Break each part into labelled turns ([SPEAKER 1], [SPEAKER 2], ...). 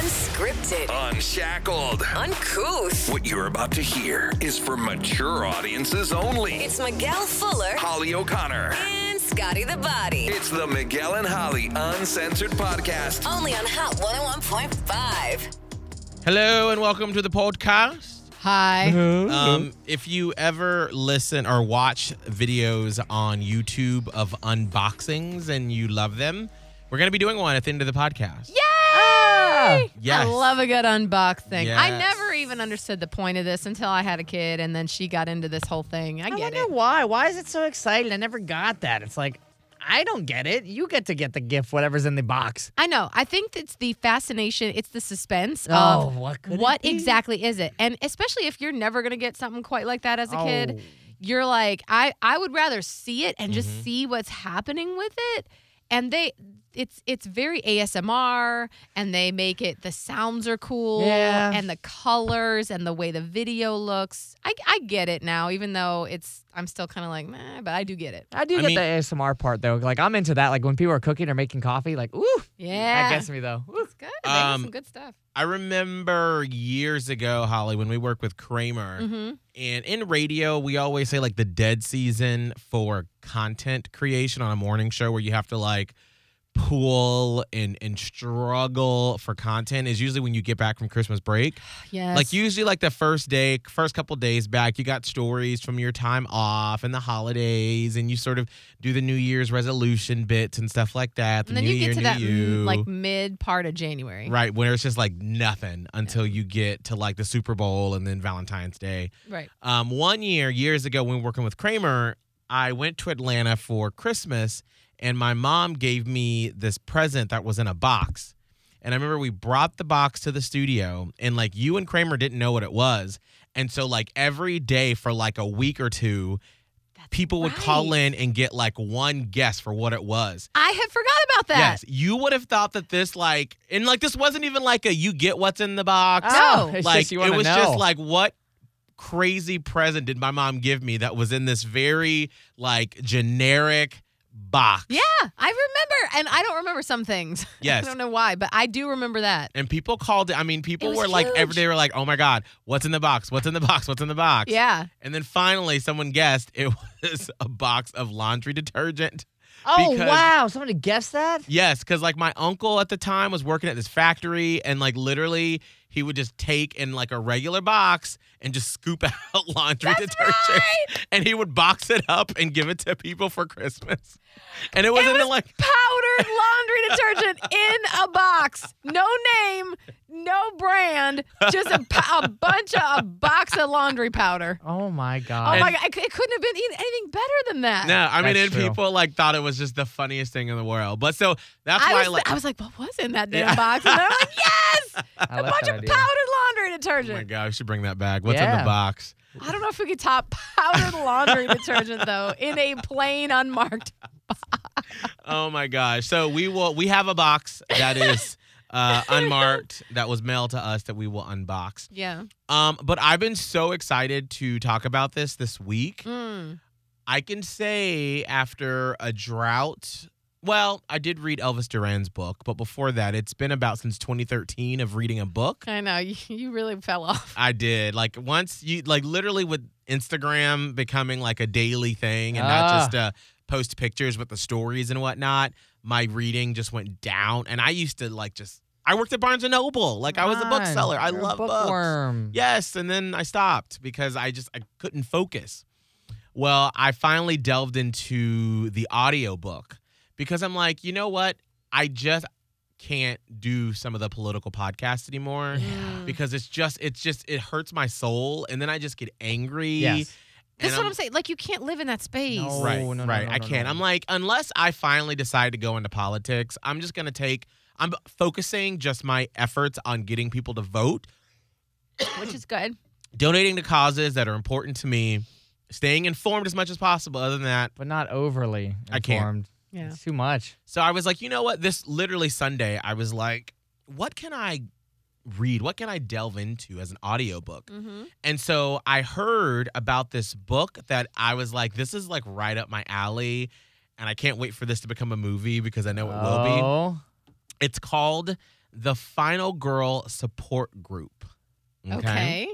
[SPEAKER 1] Unscripted.
[SPEAKER 2] Unshackled.
[SPEAKER 1] Uncouth.
[SPEAKER 2] What you're about to hear is for mature audiences only.
[SPEAKER 1] It's Miguel Fuller
[SPEAKER 2] Holly O'Connor.
[SPEAKER 1] and Scotty the Body.
[SPEAKER 2] It's the Miguel and Holly Uncensored Podcast.
[SPEAKER 1] Only on Hot 101.5.
[SPEAKER 3] Hello and welcome to the podcast.
[SPEAKER 4] Hi.
[SPEAKER 3] Um, if you ever listen or watch videos on YouTube of unboxings and you love them, we're going to be doing one at the end of the podcast. Yeah.
[SPEAKER 4] Yay!
[SPEAKER 3] Yes.
[SPEAKER 4] I love a good unboxing. I
[SPEAKER 3] Yes.
[SPEAKER 4] never even understood the point of this until I had a kid, and then she got into this whole thing. I
[SPEAKER 5] I
[SPEAKER 4] get
[SPEAKER 5] wonder
[SPEAKER 4] it.
[SPEAKER 5] why. Why is it so exciting? I never got that. It's like, I don't get it. You get to get the gift, whatever's in the box.
[SPEAKER 4] I know. I think it's the fascination. It's the suspense
[SPEAKER 5] Oh,
[SPEAKER 4] of
[SPEAKER 5] what could it be?
[SPEAKER 4] exactly is it, and especially if you're never gonna get something quite like that as a kid,
[SPEAKER 5] Oh. Mm-hmm.
[SPEAKER 4] you're like, I I would rather see it and just see what's happening with it, and they. It's it's very ASMR, and they make it the sounds are cool,
[SPEAKER 5] Yeah.
[SPEAKER 4] and the colors and the way the video looks. I, I get it now, even though it's I'm still kind of like, meh, but I do get it.
[SPEAKER 5] I do
[SPEAKER 3] I
[SPEAKER 5] get
[SPEAKER 3] mean-
[SPEAKER 5] the ASMR part though. Like I'm into that. Like when people are cooking or making coffee, like ooh,
[SPEAKER 4] Yeah,
[SPEAKER 5] that gets me though. Ooh.
[SPEAKER 4] it's good. They
[SPEAKER 3] Um,
[SPEAKER 4] got some good stuff.
[SPEAKER 3] I remember years ago, Holly, when we worked with Kramer,
[SPEAKER 4] hmm
[SPEAKER 3] and in radio, we always say like the dead season for content creation on a morning show where you have to like pull and and struggle for content is usually when you get back from Christmas break.
[SPEAKER 4] Yes.
[SPEAKER 3] Like usually, like the first day, first couple days back, you got stories from your time off and the holidays, and you sort of do the New Year's resolution bits and stuff like that. The
[SPEAKER 4] And then
[SPEAKER 3] New
[SPEAKER 4] you
[SPEAKER 3] Year,
[SPEAKER 4] get
[SPEAKER 3] New
[SPEAKER 4] to that
[SPEAKER 3] You,
[SPEAKER 4] mm, like mid part of January.
[SPEAKER 3] right where it's just like nothing until you get to like the Super Bowl and then Valentine's Day.
[SPEAKER 4] Right.
[SPEAKER 3] Um, one year, years ago, when we were working with Kramer, I went to Atlanta for Christmas, and my mom gave me this present that was in a box. And I remember we brought the box to the studio, and like you and Kramer didn't know what it was. And so, like, every day for like a week or two, people would call
[SPEAKER 4] right.
[SPEAKER 3] in and get like one guess for what it was.
[SPEAKER 4] I had forgot about that.
[SPEAKER 3] Yes, you would have thought that this, like, and like, this wasn't even like a you get what's in the box
[SPEAKER 4] No.
[SPEAKER 5] it's
[SPEAKER 3] like
[SPEAKER 5] just you
[SPEAKER 3] it
[SPEAKER 5] wanna
[SPEAKER 3] was just
[SPEAKER 5] know.
[SPEAKER 3] like what crazy present did my mom give me that was in this very like generic box
[SPEAKER 4] Yeah, I remember, and I don't remember some things.
[SPEAKER 3] Yes.
[SPEAKER 4] I don't know why, but I do remember that.
[SPEAKER 3] and people called it i mean people
[SPEAKER 4] was
[SPEAKER 3] were like every
[SPEAKER 4] huge.
[SPEAKER 3] day were like oh my god what's in the box what's in the box what's in the box
[SPEAKER 4] Yeah.
[SPEAKER 3] and then finally someone guessed it was a box of laundry detergent
[SPEAKER 5] Oh
[SPEAKER 3] Because-
[SPEAKER 5] wow, somebody guessed that.
[SPEAKER 3] Yes, because like my uncle at the time was working at this factory, and like literally he would just take in like a regular box and just scoop out laundry detergent, and he would box it up and give it to people for Christmas. And it wasn't
[SPEAKER 4] was
[SPEAKER 3] like
[SPEAKER 4] Powdered laundry detergent in a box. No name, no brand, just a, po- a bunch of a box of laundry powder.
[SPEAKER 5] Oh my
[SPEAKER 4] Oh
[SPEAKER 5] god.
[SPEAKER 4] my God, it, it couldn't have been even- anything better than that.
[SPEAKER 3] no, I mean,
[SPEAKER 5] That's
[SPEAKER 3] and
[SPEAKER 5] true.
[SPEAKER 3] people like thought it was just the funniest thing in the world. But so that's
[SPEAKER 4] I
[SPEAKER 3] why
[SPEAKER 4] was,
[SPEAKER 3] like
[SPEAKER 4] I was like, what was in that damn
[SPEAKER 3] Yeah.
[SPEAKER 4] box? And I'm like, yes,
[SPEAKER 5] I
[SPEAKER 4] a
[SPEAKER 5] like
[SPEAKER 4] bunch
[SPEAKER 5] that
[SPEAKER 4] of
[SPEAKER 5] idea.
[SPEAKER 4] powdered laundry
[SPEAKER 3] oh my
[SPEAKER 4] detergent.
[SPEAKER 3] god, we should bring that back. What's in
[SPEAKER 5] Yeah.
[SPEAKER 3] the box?
[SPEAKER 4] I don't know if we could top powdered laundry detergent though in a plain unmarked.
[SPEAKER 3] Oh my gosh. So we will we have a box that is uh unmarked that was mailed to us that we will unbox.
[SPEAKER 4] Yeah.
[SPEAKER 3] Um but I've been so excited to talk about this this week.
[SPEAKER 4] Mm.
[SPEAKER 3] I can say after a drought well, I did read Elvis Duran's book, but before that, it's been about since 2013 of reading a book.
[SPEAKER 4] I know you, you really fell off.
[SPEAKER 3] I did. Like once you like literally with Instagram becoming like a daily thing and not
[SPEAKER 5] Ah.
[SPEAKER 3] just uh post pictures with the stories and whatnot, my reading just went down. And I used to like just I worked at Barnes and Noble. Like I was a
[SPEAKER 5] Come on,
[SPEAKER 3] bookseller. I
[SPEAKER 5] you're a
[SPEAKER 3] love books.
[SPEAKER 5] bookworm.
[SPEAKER 3] Yes, and then I stopped because I just I couldn't focus. Well, I finally delved into the audiobook because I'm like, you know what? I just can't do some of the political podcasts anymore
[SPEAKER 4] Mm.
[SPEAKER 3] because it's just it's just it hurts my soul and then I just get angry.
[SPEAKER 5] Yes.
[SPEAKER 3] and
[SPEAKER 4] That's what I'm saying. Like you can't live in that space.
[SPEAKER 5] No.
[SPEAKER 3] Right,
[SPEAKER 5] Oh, no, no,
[SPEAKER 3] right.
[SPEAKER 5] no,
[SPEAKER 3] I
[SPEAKER 5] no,
[SPEAKER 3] can't.
[SPEAKER 5] no.
[SPEAKER 3] I'm like, unless I finally decide to go into politics, I'm just gonna take. I'm focusing just my efforts on getting people to vote,
[SPEAKER 4] Which is good.
[SPEAKER 3] donating to causes that are important to me, staying informed as much as possible. Other than that,
[SPEAKER 5] But not overly informed.
[SPEAKER 3] I can't.
[SPEAKER 4] Yeah.
[SPEAKER 5] It's too much.
[SPEAKER 3] So I was like, you know what? This literally Sunday, I was like, what can I read? What can I delve into as an audiobook?
[SPEAKER 4] Mm-hmm.
[SPEAKER 3] And so I heard about this book that I was like, this is like right up my alley. And I can't wait for this to become a movie because I know it will be.
[SPEAKER 5] oh.
[SPEAKER 3] It's called the Final Girl Support Group.
[SPEAKER 4] Okay.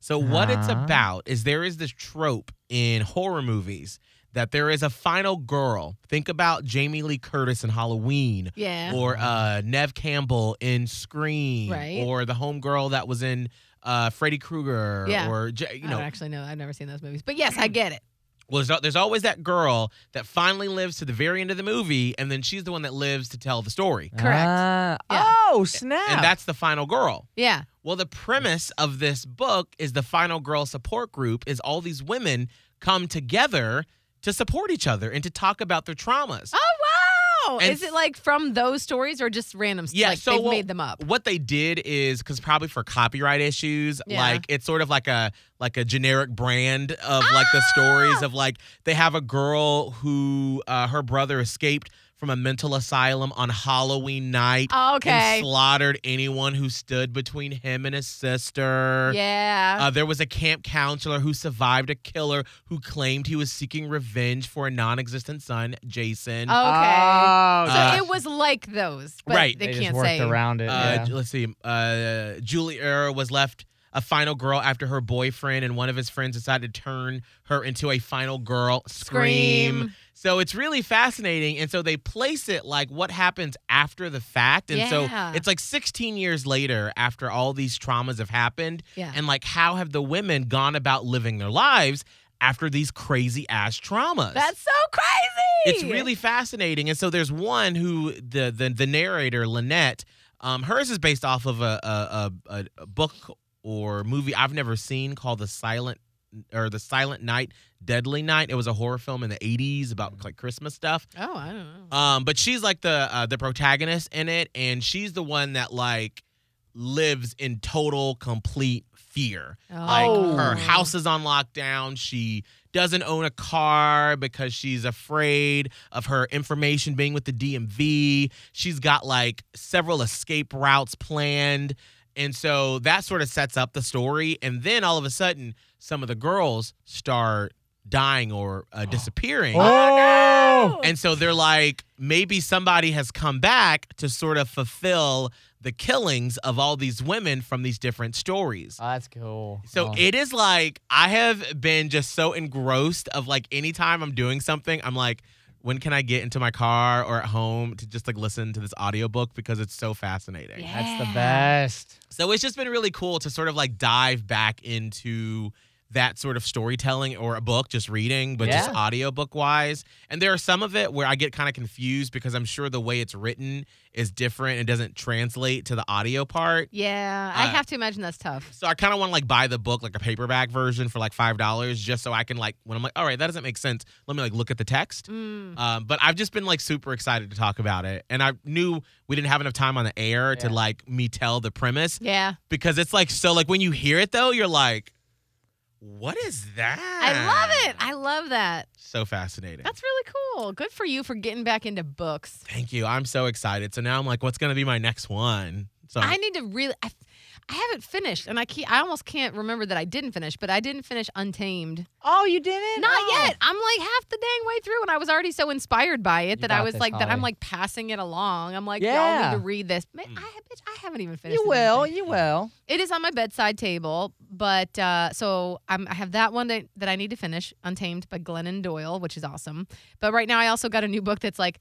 [SPEAKER 3] So what it's
[SPEAKER 5] Uh-huh.
[SPEAKER 3] about is there is this trope in horror movies that there is a final girl. Think about Jamie Lee Curtis in Halloween
[SPEAKER 4] Yeah.
[SPEAKER 3] or uh, Nev Campbell in Scream
[SPEAKER 4] Right.
[SPEAKER 3] or the homegirl that was in uh, Freddy Krueger
[SPEAKER 4] Yeah.
[SPEAKER 3] or J- you
[SPEAKER 4] I
[SPEAKER 3] know
[SPEAKER 4] don't actually know. I've never seen those movies. But yes, I get it.
[SPEAKER 3] well there's, al- there's always that girl that finally lives to the very end of the movie and then she's the one that lives to tell the story.
[SPEAKER 4] Correct.
[SPEAKER 5] Ah,
[SPEAKER 4] Yeah.
[SPEAKER 5] Oh, snap.
[SPEAKER 3] And that's the final girl.
[SPEAKER 4] Yeah.
[SPEAKER 3] Well, the premise of this book is the final girl support group is all these women come together to support each other and to talk about their traumas.
[SPEAKER 4] Oh wow!
[SPEAKER 3] And
[SPEAKER 4] is it like from those stories or just random?
[SPEAKER 3] Yeah,
[SPEAKER 4] like
[SPEAKER 3] so
[SPEAKER 4] they've
[SPEAKER 3] well,
[SPEAKER 4] made them up.
[SPEAKER 3] What they did is because probably for copyright issues,
[SPEAKER 4] Yeah.
[SPEAKER 3] like it's sort of like a like a generic brand of like the stories of like they have a girl who uh, her brother escaped from a mental asylum on Halloween night
[SPEAKER 4] Okay.
[SPEAKER 3] and slaughtered anyone who stood between him and his sister.
[SPEAKER 4] Yeah.
[SPEAKER 3] Uh, there was a camp counselor who survived a killer who claimed he was seeking revenge for a non-existent son, Jason.
[SPEAKER 4] okay.
[SPEAKER 5] Oh,
[SPEAKER 4] so
[SPEAKER 3] uh,
[SPEAKER 4] it was like those, but
[SPEAKER 3] right.
[SPEAKER 4] They,
[SPEAKER 5] they
[SPEAKER 4] can't
[SPEAKER 5] just worked
[SPEAKER 4] say.
[SPEAKER 5] around it.
[SPEAKER 3] Uh,
[SPEAKER 5] yeah.
[SPEAKER 3] j- Let's see. Uh, Julie Err was left a final girl after her boyfriend, and one of his friends decided to turn her into a final girl. Scream.
[SPEAKER 4] Scream.
[SPEAKER 3] So it's really fascinating, and so they place it like what happens after the fact, and
[SPEAKER 4] Yeah.
[SPEAKER 3] so it's like 16 years later after all these traumas have happened,
[SPEAKER 4] Yeah.
[SPEAKER 3] and like how have the women gone about living their lives after these crazy ass traumas?
[SPEAKER 4] That's so crazy.
[SPEAKER 3] It's really fascinating. And so there's one who the the, the narrator Lynette, um, hers is based off of a a, a a- a book or movie I've never seen called The Silent or The Silent Night, Deadly Night. It was a horror film in the 80s
[SPEAKER 4] Mm.
[SPEAKER 3] about like Christmas stuff.
[SPEAKER 4] Oh, I don't know.
[SPEAKER 3] Um, but she's like the uh, the protagonist in it, and she's the one that like lives in total complete fear. Like
[SPEAKER 4] Oh.
[SPEAKER 3] her house is on lockdown. She doesn't own a car because she's afraid of her information being with the DMV. She's got like several escape routes planned. And so that sort of sets up the story. And then all of a sudden, some of the girls start dying or uh, disappearing.
[SPEAKER 5] oh,
[SPEAKER 3] And so they're like, maybe somebody has come back to sort of fulfill the killings of all these women from these different stories.
[SPEAKER 5] Oh, that's cool.
[SPEAKER 3] So
[SPEAKER 5] Oh.
[SPEAKER 3] it is like I have been just so engrossed of like anytime I'm doing something, I'm like, when can I get into my car or at home to just like listen to this audiobook because it's so fascinating.
[SPEAKER 4] Yeah.
[SPEAKER 5] That's the best.
[SPEAKER 3] So it's just been really cool to sort of like dive back into that sort of storytelling or a book, just reading, but just
[SPEAKER 5] Yeah.
[SPEAKER 3] audiobook wise. And there are some of it where I get kind of confused because I'm sure the way it's written is different and doesn't translate to the audio part.
[SPEAKER 4] Yeah, I
[SPEAKER 3] Uh,
[SPEAKER 4] have to imagine that's tough.
[SPEAKER 3] So I kind of want to like buy the book, like a paperback version for like five dollars, just so I can like when I'm like, all right, that doesn't make sense. Let me like look at the text.
[SPEAKER 4] Mm.
[SPEAKER 3] Um, but I've just been like super excited to talk about it, and I knew we didn't have enough time on the air to
[SPEAKER 5] Yeah.
[SPEAKER 3] like me tell the premise
[SPEAKER 4] Yeah,
[SPEAKER 3] because it's like so like when you hear it though, you're like, what is that?
[SPEAKER 4] I love it. I love that.
[SPEAKER 3] So fascinating.
[SPEAKER 4] That's really cool. Good for you for getting back into books.
[SPEAKER 3] Thank you. I'm so excited. So now I'm like, what's gonna be my next one? So
[SPEAKER 4] I need to really. I, I haven't finished, and I can't, I almost can't remember that I didn't finish, but I didn't finish Untamed.
[SPEAKER 5] Oh, you didn't?
[SPEAKER 4] Not
[SPEAKER 5] Oh.
[SPEAKER 4] yet. I'm like half the dang way through, and I was already so inspired by it
[SPEAKER 5] You
[SPEAKER 4] that I
[SPEAKER 5] got
[SPEAKER 4] was
[SPEAKER 5] this,
[SPEAKER 4] like that. I'm
[SPEAKER 5] Holly.
[SPEAKER 4] like passing it along. I'm like, y'all
[SPEAKER 5] Yeah.
[SPEAKER 4] need to read this. Man,
[SPEAKER 3] Mm.
[SPEAKER 4] I, bitch, I haven't even finished.
[SPEAKER 5] You
[SPEAKER 4] this damn
[SPEAKER 5] will.
[SPEAKER 4] thing.
[SPEAKER 5] You will.
[SPEAKER 4] It is on my bedside table, but uh, so I'm, I have that one that, that I need to finish, Untamed by Glennon Doyle, which is awesome. But right now, I also got a new book that's like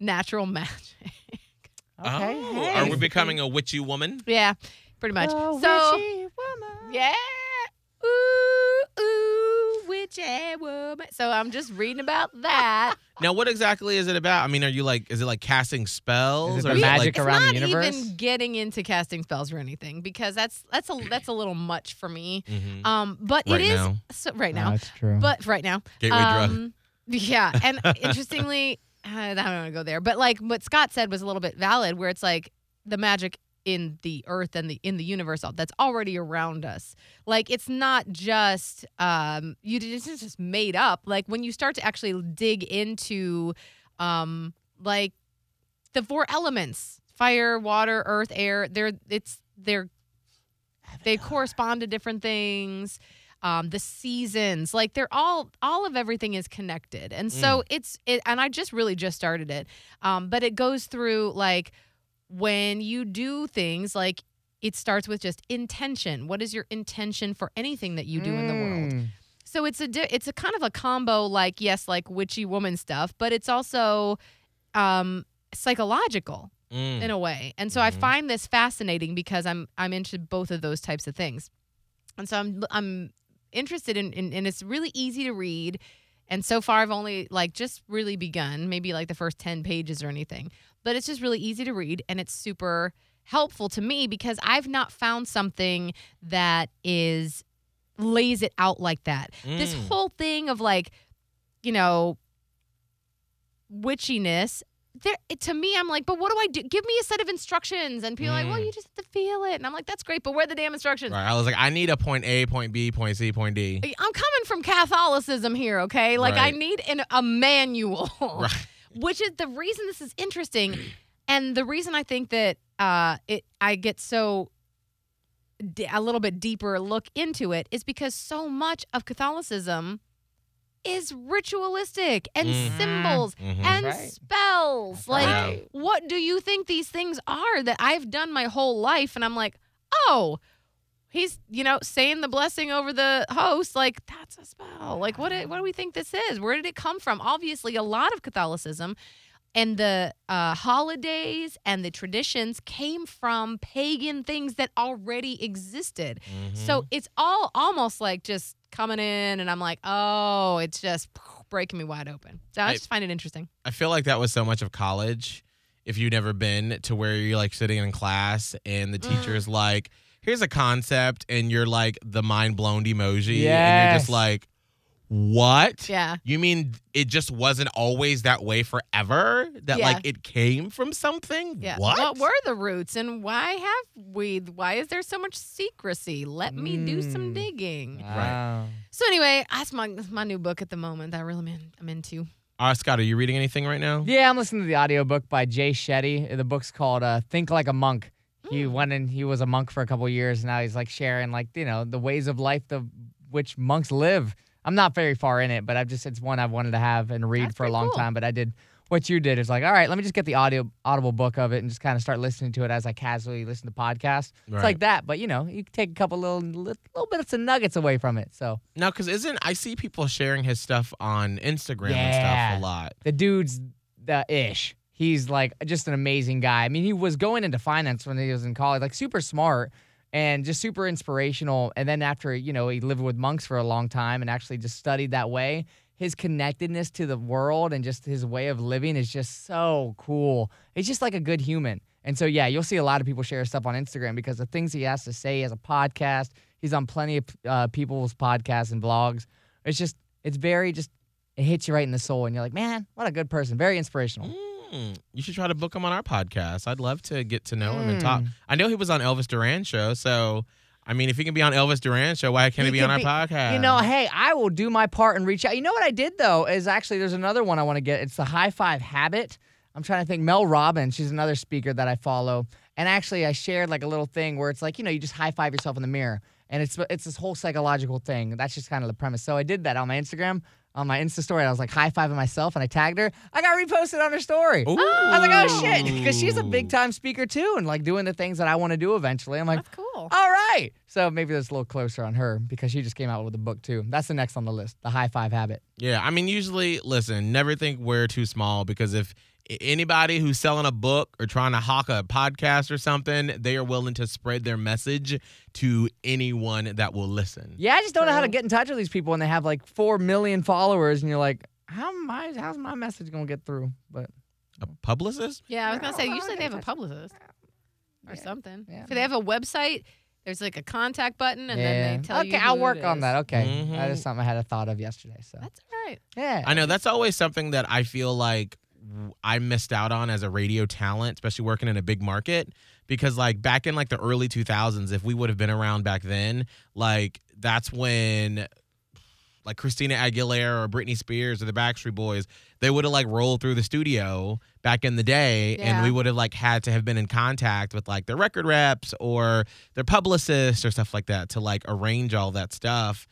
[SPEAKER 4] natural magic.
[SPEAKER 5] Okay.
[SPEAKER 3] Oh,
[SPEAKER 5] hey.
[SPEAKER 3] are we becoming a witchy woman?
[SPEAKER 4] yeah, pretty much.
[SPEAKER 5] Oh,
[SPEAKER 4] so.
[SPEAKER 5] witchy woman.
[SPEAKER 4] Yeah. Ooh, ooh, witch and woman. So I'm just reading about that.
[SPEAKER 3] Now, what exactly is it about? I mean, are you like, is it like casting spells?
[SPEAKER 5] Is it the
[SPEAKER 3] like-
[SPEAKER 5] magic
[SPEAKER 4] it's
[SPEAKER 5] around
[SPEAKER 4] not
[SPEAKER 5] the universe?
[SPEAKER 4] even getting into casting spells or anything because that's that's a that's a little much for me.
[SPEAKER 3] Mhm.
[SPEAKER 4] Um, but
[SPEAKER 3] Right
[SPEAKER 4] it is
[SPEAKER 3] now.
[SPEAKER 4] so, right
[SPEAKER 5] Oh,
[SPEAKER 4] now.
[SPEAKER 5] that's true.
[SPEAKER 4] But right now,
[SPEAKER 3] Gateway drug.
[SPEAKER 4] um, yeah. And interestingly, uh, I don't want to go there, but like what Scott said was a little bit valid, where it's like the magic in the earth and the in the universe all- that's already around us. Like it's not just um you it's not just made up. Like when you start to actually dig into um like the four elements fire water earth air they're it's they're they correspond to different things um the seasons like they're all all of everything is connected and so it's it and i just really just started it um but it goes through like when you do things like it starts with just intention. What is your intention for anything that you do in the
[SPEAKER 5] Mm.
[SPEAKER 4] world? So it's a di- it's a kind of a combo like yes, like witchy woman stuff, but it's also um psychological
[SPEAKER 3] Mm.
[SPEAKER 4] in a way. And so I find this fascinating because I'm I'm into both of those types of things. And so I'm I'm interested in, in and it's really easy to read. And so far I've only like just really begun, maybe like the first 10 pages or anything. But it's just really easy to read and it's super helpful to me because I've not found something that is lays it out like that. This
[SPEAKER 3] Mm.
[SPEAKER 4] whole thing of like, you know, witchiness. There, it, to me, I'm like, but what do I do? Give me a set of instructions, and people are like, well,
[SPEAKER 3] Mm.
[SPEAKER 4] you just have to feel it, and I'm like, that's great, but where are the damn instructions?
[SPEAKER 3] Right. I was like, I need a point A, point B, point C, point D.
[SPEAKER 4] I'm coming from Catholicism here, okay? Like I
[SPEAKER 3] Right.
[SPEAKER 4] need an, a manual,
[SPEAKER 3] Right.
[SPEAKER 4] which is the reason this is interesting, and the reason I think that uh, it I get so d- a little bit deeper look into it is because so much of Catholicism is ritualistic and
[SPEAKER 3] Mm.
[SPEAKER 4] symbols
[SPEAKER 3] Mhm.
[SPEAKER 4] and
[SPEAKER 5] right.
[SPEAKER 4] spells. like,
[SPEAKER 3] right.
[SPEAKER 4] what do you think these things are that I've done my whole life? And I'm like, oh, he's you know saying the blessing over the host. Like that's a spell. Like what? do- What do we think this is? Where did it come from? Obviously, a lot of Catholicism and the uh, holidays and the traditions came from pagan things that already existed.
[SPEAKER 3] Mm-hmm.
[SPEAKER 4] So it's all almost like just coming in, and I'm like, oh, it's just breaking me wide open. So I
[SPEAKER 3] I-
[SPEAKER 4] just find it interesting.
[SPEAKER 3] I feel like that was so much of college. If you've never been to where you're like sitting in class and the
[SPEAKER 4] Mm-hmm.
[SPEAKER 3] teacher's like, here's a concept, and you're like the mind blown emoji. And you're
[SPEAKER 5] Yes.
[SPEAKER 3] just like, what?
[SPEAKER 4] Yeah.
[SPEAKER 3] You mean it just wasn't always that way forever? That
[SPEAKER 4] Yeah.
[SPEAKER 3] like it came from something?
[SPEAKER 4] Yeah.
[SPEAKER 3] What?
[SPEAKER 4] were the roots and why have we why is there so much secrecy? Let me do some
[SPEAKER 5] Mm.
[SPEAKER 4] digging.
[SPEAKER 5] Wow.
[SPEAKER 4] So anyway, that's my that's my new book at the moment that I really am- I'm into.
[SPEAKER 3] Uh, Scott, are you reading anything right now?
[SPEAKER 5] Yeah, I'm listening to the audiobook by Jay Shetty. The book's called uh, Think Like a Monk. He
[SPEAKER 4] Mm.
[SPEAKER 5] went and he was a monk for a couple years. Now he's like sharing like, you know, the ways of life the which monks live. I'm not very far in it, but I've just it's one I've wanted to have and read
[SPEAKER 4] That's
[SPEAKER 5] for a
[SPEAKER 4] pretty
[SPEAKER 5] long
[SPEAKER 4] cool.
[SPEAKER 5] time. But I did what you did is like, all right, let me just get the audio audible book of it and just kind of start listening to it as I casually listen to podcasts. It's
[SPEAKER 3] Right.
[SPEAKER 5] like that, but you know, you can take a couple little little bits of nuggets away from it. So
[SPEAKER 3] No, because isn't I see people sharing his stuff on Instagram
[SPEAKER 5] Yeah.
[SPEAKER 3] and stuff a lot.
[SPEAKER 5] the dude's the ish. He's like just an amazing guy. I mean, he was going into finance when he was in college, like super smart and just super inspirational. And then after, you know, he lived with monks for a long time and actually just studied that way. His connectedness to the world and just his way of living is just so cool. He's just like a good human. And so, yeah, you'll see a lot of people share stuff on Instagram because the things he has to say, he has a podcast. He's on plenty of uh, people's podcasts and vlogs. It's just, it's very just it hits you right in the soul, and you're like, man, what a good person. Very inspirational.
[SPEAKER 3] Mm, you should try to book him on our podcast. I'd love to get to know him and
[SPEAKER 5] Mm.
[SPEAKER 3] talk. I know he was on Elvis Duran show, so I mean, if he can be on Elvis Duran show, why can't he,
[SPEAKER 5] He
[SPEAKER 3] be on our
[SPEAKER 5] could
[SPEAKER 3] podcast?
[SPEAKER 5] You know, hey, I will do my part and reach out. You know what I did though is actually there's another one I want to get. It's the High Five Habit. I'm trying to think. Mel Robbins, she's another speaker that I follow, and actually I shared like a little thing where it's like you know you just high five yourself in the mirror, and it's it's this whole psychological thing. That's just kind of the premise. So I did that on my Instagram, on my Insta story. I was like high fiving myself, and I tagged her. I got reposted on her story.
[SPEAKER 3] Ooh.
[SPEAKER 5] I was like, oh shit, because she's a big time speaker too, and like doing the things that I want to do eventually. I'm like,
[SPEAKER 4] That's cool.
[SPEAKER 5] all right. So maybe that's a little closer on her because she just came out with a book too. That's the next on the list, the high five habit.
[SPEAKER 3] Yeah, I mean, usually, listen, never think we're too small because if i- anybody who's selling a book or trying to hawk a podcast or something, they are willing to spread their message to anyone that will listen.
[SPEAKER 5] Yeah, I just don't know how to get in touch with these people when they have like four million followers, and you're like, how am I? How's my message gonna get through? But
[SPEAKER 3] A publicist?
[SPEAKER 4] Yeah, I was gonna
[SPEAKER 5] Well,
[SPEAKER 4] say
[SPEAKER 5] well,
[SPEAKER 4] usually
[SPEAKER 5] I
[SPEAKER 4] they have a
[SPEAKER 5] guess
[SPEAKER 4] publicist or
[SPEAKER 5] yeah,
[SPEAKER 4] something.
[SPEAKER 5] yeah.
[SPEAKER 4] So they have a website. There's like a contact button, and
[SPEAKER 5] yeah.
[SPEAKER 4] then they tell
[SPEAKER 5] okay,
[SPEAKER 4] you.
[SPEAKER 5] I'll
[SPEAKER 4] who
[SPEAKER 5] work
[SPEAKER 4] it
[SPEAKER 5] on
[SPEAKER 4] is. Mm-hmm.
[SPEAKER 5] that. Okay,
[SPEAKER 3] Mhm.
[SPEAKER 5] that is something I had a thought of yesterday. So
[SPEAKER 4] That's all right.
[SPEAKER 5] yeah,
[SPEAKER 3] I know that's always something that I feel like w- I missed out on as a radio talent, especially working in a big market. Because like back in like the early 2000s, if we would have been around back then, like that's when like Christina Aguilera or Britney Spears or the Backstreet Boys, they would have like rolled through the studio back in the day,
[SPEAKER 4] Yeah.
[SPEAKER 3] and we would have like had to have been in contact with like their record reps or their publicists or stuff like that to like arrange all that stuff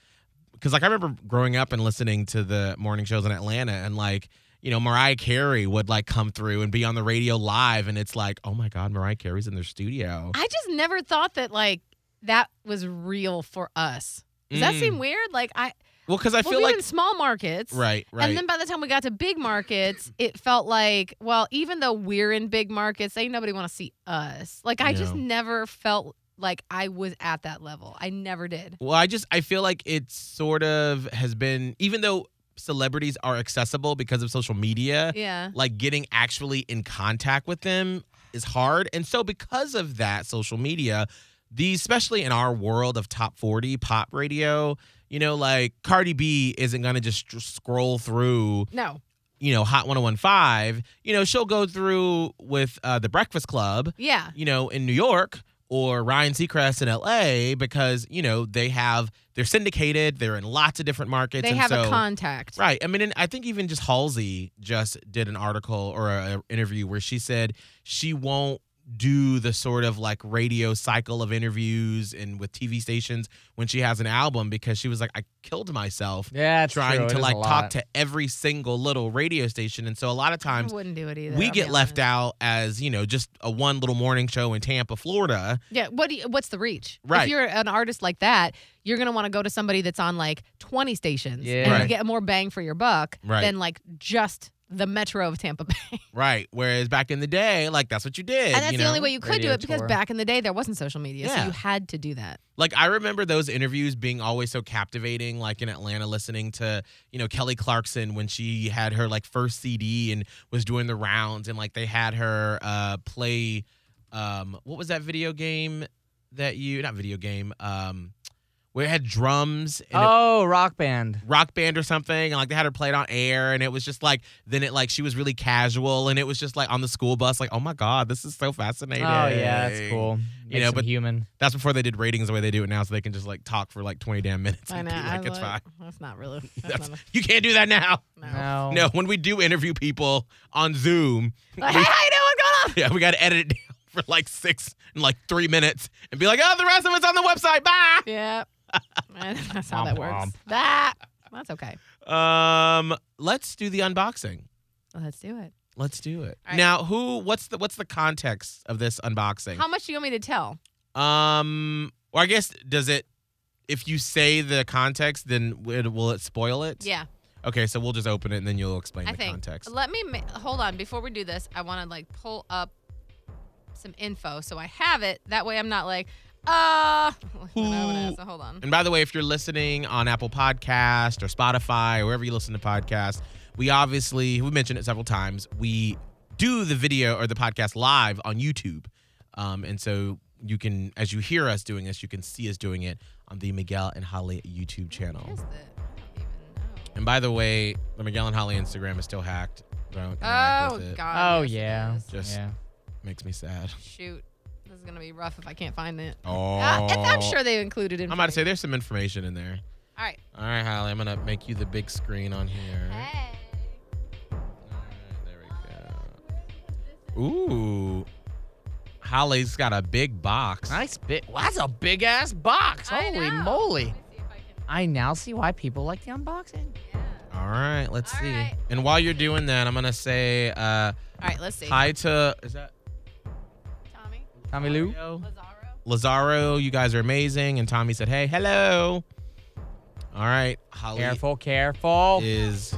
[SPEAKER 3] because like I remember growing up and listening to the morning shows in Atlanta, and like you know, Mariah Carey would like come through and be on the radio live, and it's like, oh my God, Mariah Carey's in their studio.
[SPEAKER 4] I just never thought that like that was real for us. Does that
[SPEAKER 3] Mm.
[SPEAKER 4] seem weird? Like I,
[SPEAKER 3] Well, because I
[SPEAKER 4] well,
[SPEAKER 3] feel
[SPEAKER 4] we were
[SPEAKER 3] like
[SPEAKER 4] in small markets,
[SPEAKER 3] right, right.
[SPEAKER 4] And then by the time we got to big markets, it felt like, well, even though we're in big markets, ain't nobody want to see us. Like I just
[SPEAKER 3] No.
[SPEAKER 4] never felt like I was at that level. I never did.
[SPEAKER 3] Well, I just I feel like it sort of has been even though celebrities are accessible because of social media,
[SPEAKER 4] Yeah.
[SPEAKER 3] like getting actually in contact with them is hard. And so because of that social media, these especially in our world of top 40 pop radio, you know, like Cardi B isn't going to just str- scroll through
[SPEAKER 4] No.
[SPEAKER 3] you know, Hot 1015, you know, she'll go through with uh, The Breakfast Club,
[SPEAKER 4] Yeah.
[SPEAKER 3] you know, in New York or Ryan Seacrest in LA because, you know, they have, they're syndicated, they're in lots of different markets.
[SPEAKER 4] they
[SPEAKER 3] and
[SPEAKER 4] have a
[SPEAKER 3] so-
[SPEAKER 4] contact.
[SPEAKER 3] Right. I mean, and I think even just Halsey just did an article or an interview where she said she won't do the sort of like radio cycle of interviews and with TV stations when she has an album because she was like, I killed myself
[SPEAKER 5] Yeah, it's
[SPEAKER 3] trying
[SPEAKER 5] true. It
[SPEAKER 3] to
[SPEAKER 5] is a
[SPEAKER 3] like
[SPEAKER 5] lot.
[SPEAKER 3] talk to every single little radio station. And so a lot of
[SPEAKER 4] I
[SPEAKER 3] times
[SPEAKER 4] wouldn't do it either.
[SPEAKER 3] we
[SPEAKER 4] I'll
[SPEAKER 3] get
[SPEAKER 4] be
[SPEAKER 3] left
[SPEAKER 4] honest.
[SPEAKER 3] out as, you know, just a one little morning show in Tampa, Florida.
[SPEAKER 4] Yeah. What do you, what's the reach?
[SPEAKER 3] Right.
[SPEAKER 4] If you're an artist like that, you're gonna want to go to somebody that's on like 20 stations
[SPEAKER 5] Yeah.
[SPEAKER 4] and
[SPEAKER 3] Right.
[SPEAKER 4] you get more bang for your buck
[SPEAKER 3] Right.
[SPEAKER 4] than like just the metro of Tampa Bay.
[SPEAKER 3] Right. Whereas back in the day, like that's what you did.
[SPEAKER 4] and that's
[SPEAKER 3] you
[SPEAKER 4] the
[SPEAKER 3] know?
[SPEAKER 4] only way you could do
[SPEAKER 5] radio
[SPEAKER 4] it because
[SPEAKER 5] tour.
[SPEAKER 4] back in the day there wasn't social media, so
[SPEAKER 3] Yeah.
[SPEAKER 4] you had to do that.
[SPEAKER 3] Like I remember those interviews being always so captivating. Like in Atlanta, listening to you know Kelly Clarkson when she had her like first CD and was doing the rounds, and like they had her uh, play um, what was that video game that you not video game um, where it had drums and it-
[SPEAKER 5] Oh, rock band.
[SPEAKER 3] rock band or something and like they had her play it on air and it was just like then it like she was really casual and it was just like on the school bus like oh my god this is so fascinating
[SPEAKER 5] Oh yeah, that's cool. Makes
[SPEAKER 3] know,
[SPEAKER 5] them
[SPEAKER 3] but-
[SPEAKER 5] human.
[SPEAKER 3] that's before they did ratings the way they do it now, so they can just like talk for like 20 damn minutes
[SPEAKER 4] I
[SPEAKER 3] and
[SPEAKER 4] know.
[SPEAKER 3] be like,
[SPEAKER 4] I
[SPEAKER 3] it's fine.
[SPEAKER 4] like- That's not really. That's,
[SPEAKER 3] That's,
[SPEAKER 4] not
[SPEAKER 3] you can't do that now.
[SPEAKER 4] no.
[SPEAKER 5] No.
[SPEAKER 3] Oh. No, when we do interview people on Zoom,
[SPEAKER 4] Like, hey, how you doing? What's going on?
[SPEAKER 3] yeah, we got to edit it down for like six and like three minutes and be like, oh, the rest of it's on the website. Bye.
[SPEAKER 4] Yeah. that's how
[SPEAKER 5] Womp
[SPEAKER 4] that works. That. That's okay.
[SPEAKER 3] Um, let's do the unboxing.
[SPEAKER 4] Let's do it.
[SPEAKER 3] Let's do it
[SPEAKER 4] All right.
[SPEAKER 3] now. Who? What's the What's the context of this unboxing?
[SPEAKER 4] How much do you want me to tell?
[SPEAKER 3] um, or I guess does it? If you say the context, then it, will it spoil it?
[SPEAKER 4] Yeah,
[SPEAKER 3] Okay, so we'll just open it and then you'll explain
[SPEAKER 4] I
[SPEAKER 3] the
[SPEAKER 4] think.
[SPEAKER 3] context.
[SPEAKER 4] Let me ma- hold on before we do this. I want to like pull up some info so I have it. That way I'm not like, uh. when I open it,
[SPEAKER 3] Who-
[SPEAKER 4] so hold on.
[SPEAKER 3] And by the way, if you're listening on Apple Podcast or Spotify or wherever you listen to podcasts, we obviously we mentioned it several times. We do the video or the podcast live on YouTube, um, and so you can, as you hear us doing this, you can see us doing it on the Miguel and Holly YouTube
[SPEAKER 4] What
[SPEAKER 3] channel.
[SPEAKER 4] is that? I don't even
[SPEAKER 3] And by the way, the Miguel and Holly Instagram is still hacked. Don't interact
[SPEAKER 4] know.
[SPEAKER 3] with
[SPEAKER 4] Oh
[SPEAKER 3] it.
[SPEAKER 4] God.
[SPEAKER 5] Oh
[SPEAKER 4] yes, it
[SPEAKER 5] yeah.
[SPEAKER 4] is.
[SPEAKER 3] Just-
[SPEAKER 5] yeah.
[SPEAKER 3] Makes me sad.
[SPEAKER 4] Shoot, this is gonna be rough if I can't find it.
[SPEAKER 3] Oh,
[SPEAKER 4] Uh, and I'm sure they included it.
[SPEAKER 3] I'm about to say there's some information in there.
[SPEAKER 4] All right.
[SPEAKER 3] All right, Holly, I'm gonna make you the big screen on here.
[SPEAKER 4] Hey.
[SPEAKER 3] Ooh. Holly's got a big box.
[SPEAKER 5] Nice bit. Wow, that's a big ass box.
[SPEAKER 4] I
[SPEAKER 5] Holy
[SPEAKER 4] know.
[SPEAKER 5] moly!
[SPEAKER 4] Let me see if I can-
[SPEAKER 5] I now see why people like the unboxing.
[SPEAKER 4] yeah.
[SPEAKER 3] All right, let's
[SPEAKER 4] All
[SPEAKER 3] see.
[SPEAKER 4] right.
[SPEAKER 3] And while you're doing that, I'm gonna say uh,
[SPEAKER 4] All right, let's see.
[SPEAKER 3] hi to is that
[SPEAKER 4] Tommy
[SPEAKER 5] Tommy Lou.
[SPEAKER 3] Leo?
[SPEAKER 4] Lazaro.
[SPEAKER 3] Lazaro. You guys are amazing. And Tommy said, "Hey, hello." All right, Holly
[SPEAKER 5] Careful, careful.
[SPEAKER 3] is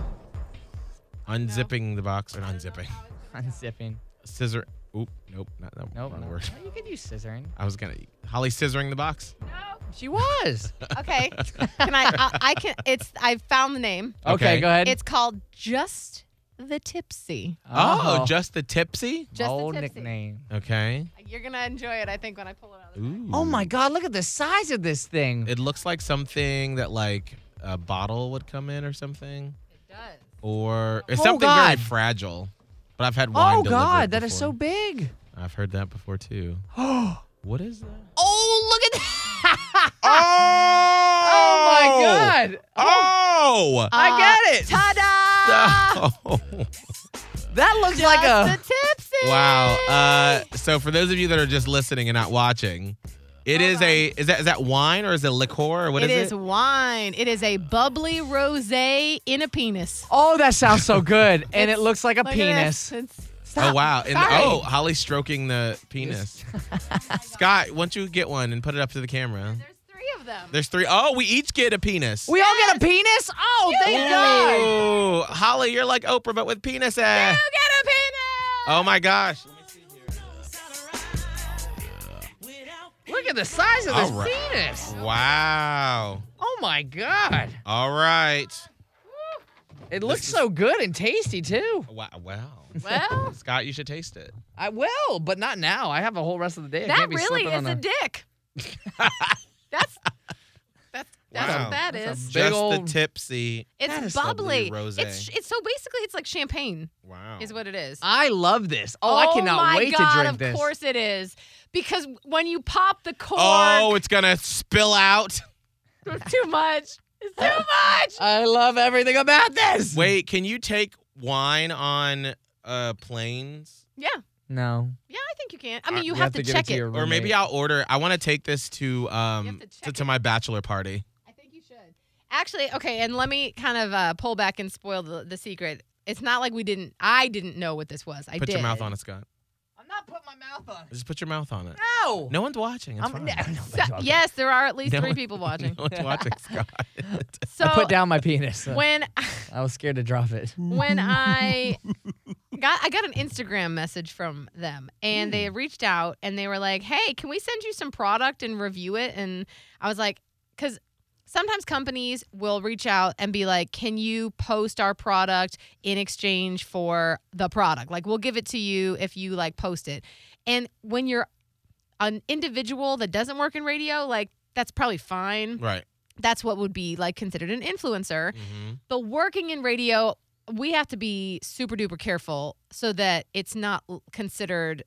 [SPEAKER 3] unzipping the box or not unzipping
[SPEAKER 5] Unzipping.
[SPEAKER 3] scissor. Oop, nope, not that
[SPEAKER 5] Nope.
[SPEAKER 3] wrong
[SPEAKER 5] no.
[SPEAKER 3] word.
[SPEAKER 5] You could use scissoring.
[SPEAKER 3] I was gonna Holly scissoring the box.
[SPEAKER 4] No.
[SPEAKER 5] She was.
[SPEAKER 4] Okay. Can I, I? I can. It's. I found the name.
[SPEAKER 5] okay,
[SPEAKER 3] Okay.
[SPEAKER 5] go ahead.
[SPEAKER 4] It's called Just the Tipsy.
[SPEAKER 5] Uh-huh.
[SPEAKER 3] Oh, just the tipsy.
[SPEAKER 4] Just
[SPEAKER 5] old
[SPEAKER 4] the Tipsy.
[SPEAKER 5] nickname.
[SPEAKER 3] Okay.
[SPEAKER 4] You're gonna enjoy it, I think, when I pull it out. Of the
[SPEAKER 3] Ooh.
[SPEAKER 5] Oh my God! Look at the size of this thing.
[SPEAKER 3] It looks like something that like a bottle would come in or something,
[SPEAKER 4] It does.
[SPEAKER 3] or it's
[SPEAKER 5] Oh,
[SPEAKER 3] something very
[SPEAKER 5] God.
[SPEAKER 3] fragile. But I've had wine.
[SPEAKER 5] oh
[SPEAKER 3] delivered
[SPEAKER 5] God, that is
[SPEAKER 3] before.
[SPEAKER 5] so big.
[SPEAKER 3] I've heard that before too.
[SPEAKER 5] Oh,
[SPEAKER 3] What is that?
[SPEAKER 4] Oh, look at that!
[SPEAKER 3] Oh,
[SPEAKER 5] Oh. my God.
[SPEAKER 3] Oh,
[SPEAKER 5] I get it.
[SPEAKER 4] Ta-da!
[SPEAKER 5] Oh! That looks like a.
[SPEAKER 4] Just the Tipsy.
[SPEAKER 3] Uh, wow. Uh, so for those of you that are just listening and not watching, It
[SPEAKER 4] Hold
[SPEAKER 3] is a is that is that wine or is it liqueur or what is
[SPEAKER 4] it is
[SPEAKER 3] it?
[SPEAKER 4] wine. It is a bubbly rosé in a penis.
[SPEAKER 5] Oh, that sounds so good. and it
[SPEAKER 4] It's-
[SPEAKER 5] looks like a
[SPEAKER 4] Look at
[SPEAKER 5] penis.
[SPEAKER 4] this. It's-
[SPEAKER 3] Oh wow! And
[SPEAKER 5] Sorry.
[SPEAKER 3] oh, Holly's stroking the penis. Scott, why don't you get one and put it up to the camera?
[SPEAKER 4] There's three of them.
[SPEAKER 3] There's three. Oh, we each get a penis.
[SPEAKER 5] We all get a penis? Oh, thank God.
[SPEAKER 3] Ooh, Holly, you're like Oprah but with penis ass.
[SPEAKER 4] You get a penis.
[SPEAKER 3] Oh my gosh!
[SPEAKER 5] Look at the size of this
[SPEAKER 3] All right.
[SPEAKER 5] penis.
[SPEAKER 3] Wow.
[SPEAKER 5] Oh my God.
[SPEAKER 3] All right.
[SPEAKER 5] It looks so good and tasty too.
[SPEAKER 3] Wow. Wow.
[SPEAKER 4] Well,
[SPEAKER 3] Scott, you should taste it.
[SPEAKER 5] I will, but not now. I have a whole rest of the day. I
[SPEAKER 4] that
[SPEAKER 5] can't be
[SPEAKER 4] really
[SPEAKER 5] slipping
[SPEAKER 4] is
[SPEAKER 5] on
[SPEAKER 4] a dick. that's that's that's
[SPEAKER 3] Wow.
[SPEAKER 4] what that
[SPEAKER 5] That's a
[SPEAKER 4] is.
[SPEAKER 5] Big
[SPEAKER 3] Just
[SPEAKER 5] old-
[SPEAKER 3] the tipsy.
[SPEAKER 4] It's
[SPEAKER 5] that is a
[SPEAKER 3] blue
[SPEAKER 4] bubbly.
[SPEAKER 3] rosé.
[SPEAKER 4] It's it's so basically it's like champagne
[SPEAKER 3] Wow.
[SPEAKER 4] is what it is.
[SPEAKER 5] I love this. Oh, I cannot
[SPEAKER 4] my
[SPEAKER 5] wait
[SPEAKER 4] God,
[SPEAKER 5] to drink
[SPEAKER 4] of
[SPEAKER 5] this.
[SPEAKER 4] course it is. Because when you pop the cork,
[SPEAKER 3] Oh, it's gonna spill out.
[SPEAKER 4] it's too much. It's
[SPEAKER 5] Oh.
[SPEAKER 4] too much.
[SPEAKER 5] I love everything about this.
[SPEAKER 3] Wait, can you take wine on uh planes?
[SPEAKER 4] Yeah.
[SPEAKER 5] No.
[SPEAKER 4] Yeah, I think you can. I mean,
[SPEAKER 3] Uh,
[SPEAKER 4] you, have, to,
[SPEAKER 5] give
[SPEAKER 4] check
[SPEAKER 5] to
[SPEAKER 4] it.
[SPEAKER 5] your
[SPEAKER 3] Or maybe
[SPEAKER 5] roommate.
[SPEAKER 3] I'll order. I want to take this to um
[SPEAKER 4] You have to
[SPEAKER 3] to,
[SPEAKER 4] check
[SPEAKER 3] to
[SPEAKER 4] it.
[SPEAKER 3] my bachelor party.
[SPEAKER 4] I think you should. Actually, okay, and let me kind of uh, pull back and spoil the, the secret. It's not like we didn't. I didn't know what this was. I
[SPEAKER 3] Put
[SPEAKER 4] did.
[SPEAKER 3] your mouth on it, Scott.
[SPEAKER 5] I'm not putting my mouth on.
[SPEAKER 3] Just put your mouth on it.
[SPEAKER 5] No.
[SPEAKER 3] No one's watching. It's
[SPEAKER 5] I'm,
[SPEAKER 3] fine.
[SPEAKER 5] no, no,
[SPEAKER 4] So, yes, there are at least
[SPEAKER 3] No
[SPEAKER 4] three
[SPEAKER 3] one-
[SPEAKER 4] people watching.
[SPEAKER 3] No one's watching, Scott.
[SPEAKER 4] So
[SPEAKER 5] I put down my penis.
[SPEAKER 4] when
[SPEAKER 5] I was scared to drop it.
[SPEAKER 4] when I got I got an Instagram message from them and they reached out and they were like, "Hey, can we send you some product and review it?" And I was like, cuz sometimes companies will reach out and be like, "Can you post our product in exchange for the product? Like we'll give it to you if you like post it." And when you're an individual that doesn't work in radio, like that's probably fine.
[SPEAKER 3] right.
[SPEAKER 4] That's what would be like considered an influencer.
[SPEAKER 3] hmm
[SPEAKER 4] But working in radio, we have to be super duper careful so that it's not l- considered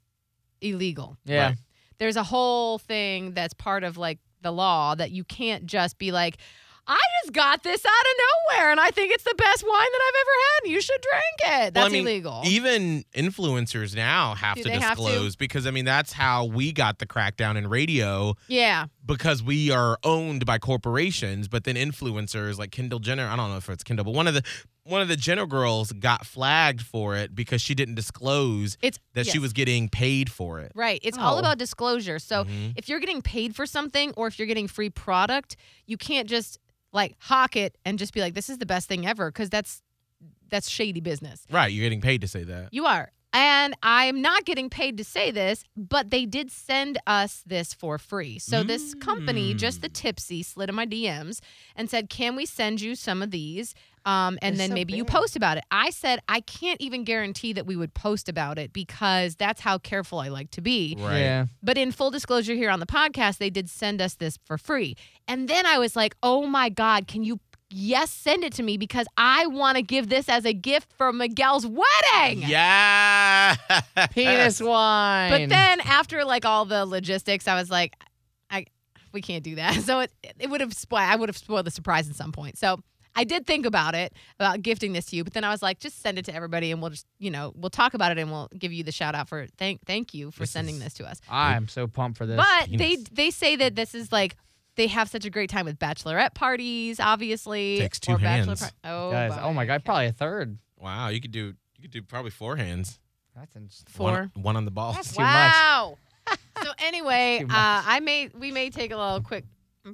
[SPEAKER 4] illegal.
[SPEAKER 5] Yeah.
[SPEAKER 3] Right.
[SPEAKER 4] There's a whole thing that's part of like the law that you can't just be like, I just got this out of nowhere and I think it's the best wine that I've ever had. You should drink it. That's
[SPEAKER 3] Well, I mean, e
[SPEAKER 4] illegal.
[SPEAKER 3] Even influencers now have
[SPEAKER 4] Do
[SPEAKER 3] to
[SPEAKER 4] they have to?
[SPEAKER 3] disclose because I mean that's how we got the crackdown in radio
[SPEAKER 4] yeah.
[SPEAKER 3] because we are owned by corporations. But then influencers like Kendall Jenner, I don't know if it's Kendall, but one of the one of the Jenner girls got flagged for it because she didn't disclose
[SPEAKER 4] It's
[SPEAKER 3] that she
[SPEAKER 4] yes.
[SPEAKER 3] was getting paid for it.
[SPEAKER 4] Right. It's all
[SPEAKER 5] Oh.
[SPEAKER 4] about disclosure. So
[SPEAKER 5] Mm-hmm.
[SPEAKER 3] Mhm.
[SPEAKER 4] if you're getting paid for something or if you're getting free product, you can't just like hawk it and just be like, this is the best thing ever because that's that's shady business.
[SPEAKER 3] Right, you're getting paid to say that.
[SPEAKER 4] You are. And I'm not getting paid to say this, but they did send us this for free. So this company, just
[SPEAKER 5] Mm.
[SPEAKER 4] the tipsy, slid in my DMs and said, "Can we send you some of these?" Um, and
[SPEAKER 5] They're
[SPEAKER 4] then
[SPEAKER 5] so
[SPEAKER 4] maybe you
[SPEAKER 5] big.
[SPEAKER 4] post about it. I said I can't even guarantee that we would post about it because that's how careful I like to be.
[SPEAKER 3] Right.
[SPEAKER 5] Yeah.
[SPEAKER 4] But in full disclosure here on the podcast, they did send us this for free. And then I was like, oh my God, can you, yes, send it to me because I want to give this as a gift for Miguel's wedding.
[SPEAKER 3] Yeah.
[SPEAKER 5] Penis wine.
[SPEAKER 4] Uh, But then after like all the logistics, I was like, I, we can't do that. So it, it would have spoiled, I would have spoiled the surprise at some point. So I did think about it, about gifting this to you, but then I was like, just send it to everybody and we'll just, you know, we'll talk about it and we'll give you the shout out for thank, thank you for
[SPEAKER 3] This
[SPEAKER 4] sending
[SPEAKER 3] is-
[SPEAKER 4] this to us.
[SPEAKER 5] I'm so pumped for this.
[SPEAKER 4] But they
[SPEAKER 3] penis.
[SPEAKER 4] they say that this is like they have such a great time with bachelorette parties, obviously.
[SPEAKER 3] Takes two
[SPEAKER 4] or bachelor
[SPEAKER 3] hands.
[SPEAKER 4] oh,
[SPEAKER 5] Guys, oh my God, probably a third.
[SPEAKER 3] wow, you could do you could do probably four hands.
[SPEAKER 5] That's ins-
[SPEAKER 4] Four.
[SPEAKER 3] One, one on the ball.
[SPEAKER 5] That's too much.
[SPEAKER 4] wow. so anyway,
[SPEAKER 5] Too
[SPEAKER 4] uh,
[SPEAKER 5] much.
[SPEAKER 4] I may we may take a little quick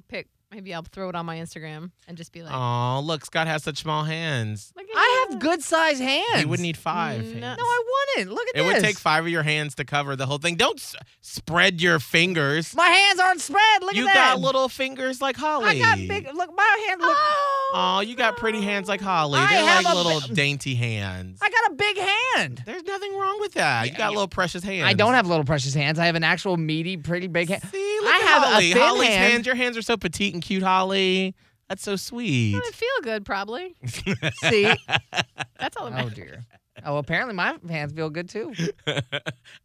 [SPEAKER 4] pick. Maybe I'll throw it on my Instagram and just be like,
[SPEAKER 3] Oh, look, Scott has such small hands.
[SPEAKER 4] Look at
[SPEAKER 5] I have
[SPEAKER 4] you.
[SPEAKER 5] good sized hands.
[SPEAKER 3] You would need five.
[SPEAKER 4] No.
[SPEAKER 3] hands.
[SPEAKER 5] No, I wouldn't. Look at
[SPEAKER 3] it
[SPEAKER 5] this.
[SPEAKER 3] would take five of your hands to cover the whole thing. Don't s- spread your fingers.
[SPEAKER 5] My hands aren't spread. Look
[SPEAKER 3] you
[SPEAKER 5] at that.
[SPEAKER 3] got little fingers like
[SPEAKER 5] I
[SPEAKER 3] Holly.
[SPEAKER 5] got big. Look, my hand. Look.
[SPEAKER 4] Ah.
[SPEAKER 3] Oh, you got pretty hands like Holly.
[SPEAKER 5] I
[SPEAKER 3] They're
[SPEAKER 5] have
[SPEAKER 3] like
[SPEAKER 5] a
[SPEAKER 3] little
[SPEAKER 5] bi-
[SPEAKER 3] dainty hands.
[SPEAKER 5] I got a big hand.
[SPEAKER 3] There's nothing wrong with that. You got little precious hands.
[SPEAKER 5] I don't have little precious hands. I have an actual meaty, pretty big hand.
[SPEAKER 3] See, look
[SPEAKER 5] I
[SPEAKER 3] at
[SPEAKER 5] have a
[SPEAKER 3] Holly.
[SPEAKER 5] thin
[SPEAKER 3] Holly's
[SPEAKER 5] hand.
[SPEAKER 3] hands. Your hands are so petite and cute, Holly. That's so sweet.
[SPEAKER 4] It would feel good, probably.
[SPEAKER 5] See?
[SPEAKER 4] That's all. That
[SPEAKER 5] oh
[SPEAKER 4] matters.
[SPEAKER 5] dear. Oh, apparently my hands feel good too.
[SPEAKER 3] I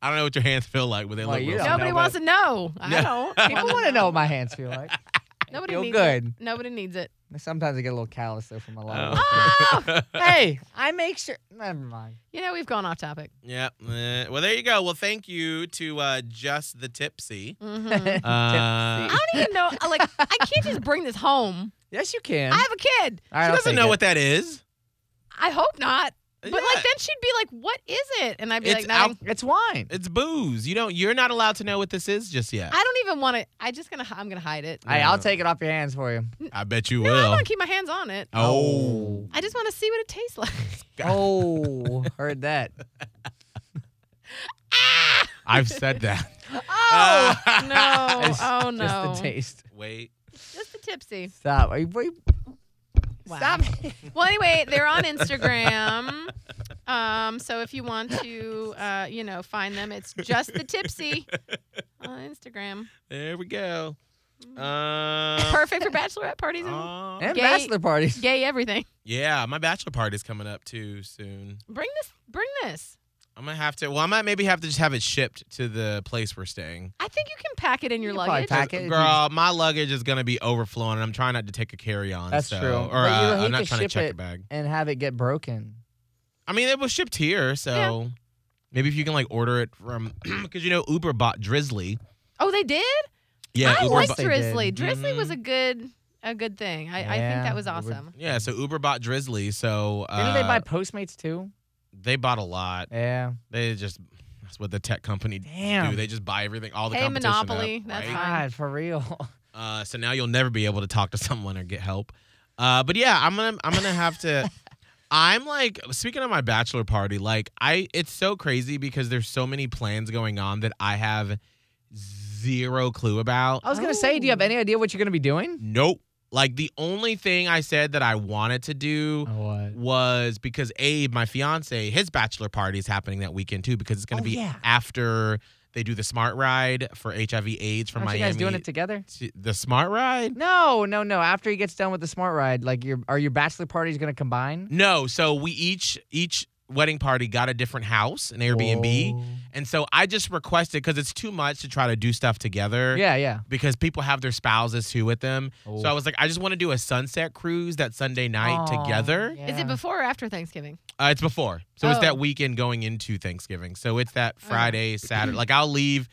[SPEAKER 3] don't know what your hands feel like, but they
[SPEAKER 5] Well,
[SPEAKER 3] look
[SPEAKER 5] you
[SPEAKER 3] real small.
[SPEAKER 5] don't
[SPEAKER 4] Nobody
[SPEAKER 5] know,
[SPEAKER 4] wants to know. I
[SPEAKER 3] Yeah.
[SPEAKER 4] don't.
[SPEAKER 5] People want to know what my hands feel like.
[SPEAKER 4] Nobody
[SPEAKER 5] Feel
[SPEAKER 4] needs
[SPEAKER 5] good.
[SPEAKER 4] it. Nobody needs it.
[SPEAKER 5] Sometimes I get a little callous though from a lot.
[SPEAKER 3] Oh.
[SPEAKER 5] Of hey, I make sure. Never mind.
[SPEAKER 4] You know, we've gone off topic.
[SPEAKER 3] yeah. eh, Well, there you go. Well, thank you to uh, Just the Tipsy.
[SPEAKER 4] Mhm.
[SPEAKER 3] Uh,
[SPEAKER 4] I don't even know. Like, I can't just bring this home.
[SPEAKER 5] Yes, you can.
[SPEAKER 4] I have a kid.
[SPEAKER 5] All right,
[SPEAKER 3] she
[SPEAKER 5] I'll
[SPEAKER 3] doesn't
[SPEAKER 5] take
[SPEAKER 3] know
[SPEAKER 5] it.
[SPEAKER 3] what that is.
[SPEAKER 4] I hope not. But
[SPEAKER 3] Yeah.
[SPEAKER 4] like, then she'd be like, "What is it?" And I'd be
[SPEAKER 3] It's
[SPEAKER 4] like, "Nothing."
[SPEAKER 5] It's wine.
[SPEAKER 3] It's booze. You don't. You're not allowed to know what this is just yet.
[SPEAKER 4] I don't even want to. I just gonna. I'm gonna hide it.
[SPEAKER 5] Hey, I'll take it off your hands for you.
[SPEAKER 3] I, bet you
[SPEAKER 4] No, I
[SPEAKER 3] will.
[SPEAKER 4] want to keep my hands on it.
[SPEAKER 3] Oh.
[SPEAKER 4] I just want to see what it tastes like.
[SPEAKER 5] Oh, heard that.
[SPEAKER 3] I've said that.
[SPEAKER 5] Oh,
[SPEAKER 4] no.
[SPEAKER 5] It's
[SPEAKER 4] oh no.
[SPEAKER 5] just the taste.
[SPEAKER 3] Wait.
[SPEAKER 4] Just the tipsy.
[SPEAKER 5] Stop. Are you, are you-
[SPEAKER 4] Wow.
[SPEAKER 5] Stop. it.
[SPEAKER 4] Well, anyway, they're on Instagram. Um, so if you want to, uh, you know, find them, it's just the tipsy on Instagram.
[SPEAKER 3] There we go.
[SPEAKER 5] Uh.
[SPEAKER 3] Um.
[SPEAKER 4] Perfect for bachelorette parties and
[SPEAKER 3] um,
[SPEAKER 5] And
[SPEAKER 4] Gay-
[SPEAKER 5] bachelor parties.
[SPEAKER 4] gay everything.
[SPEAKER 3] yeah, my bachelor party's coming up too soon.
[SPEAKER 4] Bring this. Bring this.
[SPEAKER 3] I'm gonna have to. Well, I might maybe have to just have it shipped to the place we're staying.
[SPEAKER 4] I think you can pack it in your
[SPEAKER 5] You can probably
[SPEAKER 4] luggage.
[SPEAKER 5] pack it.
[SPEAKER 3] Girl, my luggage is gonna be overflowing, and I'm trying not to take a carry-on.
[SPEAKER 5] That's
[SPEAKER 3] so,
[SPEAKER 5] true.
[SPEAKER 3] Or
[SPEAKER 5] But you
[SPEAKER 3] uh,
[SPEAKER 5] hate
[SPEAKER 3] I'm not
[SPEAKER 5] to
[SPEAKER 3] trying to
[SPEAKER 5] ship
[SPEAKER 3] check
[SPEAKER 5] it.
[SPEAKER 3] a bag.
[SPEAKER 5] And have it get broken.
[SPEAKER 3] I mean, it was shipped here, so maybe if you can like order it from because you know Uber bought Drizzly.
[SPEAKER 4] Oh, they did.
[SPEAKER 3] Yeah,
[SPEAKER 4] I
[SPEAKER 3] Uber
[SPEAKER 4] like
[SPEAKER 3] bought-
[SPEAKER 5] They did. Mm-hmm.
[SPEAKER 4] Drizzly. Drizzly was
[SPEAKER 3] Mhm.
[SPEAKER 4] a good a good thing. I, I
[SPEAKER 5] Yeah,
[SPEAKER 4] think that was
[SPEAKER 5] it would-
[SPEAKER 4] awesome.
[SPEAKER 3] Yeah, so Uber bought Drizzly. So
[SPEAKER 5] Didn't
[SPEAKER 3] uh,
[SPEAKER 5] they buy Postmates too?
[SPEAKER 3] they bought a lot.
[SPEAKER 5] Yeah.
[SPEAKER 3] They just that's what the tech company do.
[SPEAKER 5] Damn.
[SPEAKER 3] They just buy everything, all the
[SPEAKER 4] Hey,
[SPEAKER 3] competition. up,
[SPEAKER 4] Monopoly, that's
[SPEAKER 3] right?
[SPEAKER 4] fine.
[SPEAKER 5] God, for real.
[SPEAKER 3] Uh, so now you'll never be able to talk to someone or get help. Uh, but yeah, I'm gonna I'm gonna have to. I'm like speaking of my bachelor party, like I it's so crazy because there's so many plans going on that I have zero clue about.
[SPEAKER 5] I was gonna say, do you have
[SPEAKER 4] Oh.
[SPEAKER 5] any idea what you're gonna be doing?
[SPEAKER 3] Nope. Like the only thing I said that I wanted to do
[SPEAKER 5] What?
[SPEAKER 3] was because Abe, my fiance, his bachelor party is happening that weekend too because it's going
[SPEAKER 5] Oh,
[SPEAKER 3] to be
[SPEAKER 5] yeah.
[SPEAKER 3] after they do the smart ride for HIV/AIDS from
[SPEAKER 5] Aren't
[SPEAKER 3] Miami.
[SPEAKER 5] you guys doing it together?
[SPEAKER 3] to- the smart ride?
[SPEAKER 5] No, no, no. After he gets done with the smart ride, like your are your bachelor parties gonna combine?
[SPEAKER 3] No. So we each each wedding party got a different house, an Airbnb,
[SPEAKER 5] Oh.
[SPEAKER 3] and so I just requested because it's too much to try to do stuff together.
[SPEAKER 5] Yeah, yeah.
[SPEAKER 3] Because people have their spouses too with them. So I was like, I just want to do a sunset cruise that Sunday night
[SPEAKER 5] Aw,
[SPEAKER 3] together.
[SPEAKER 4] Is
[SPEAKER 5] yeah.
[SPEAKER 4] it before or after Thanksgiving?
[SPEAKER 3] Uh, it's before. So it's
[SPEAKER 4] Oh.
[SPEAKER 3] that weekend going into Thanksgiving. So it's that Friday, Saturday. Like I'll leave.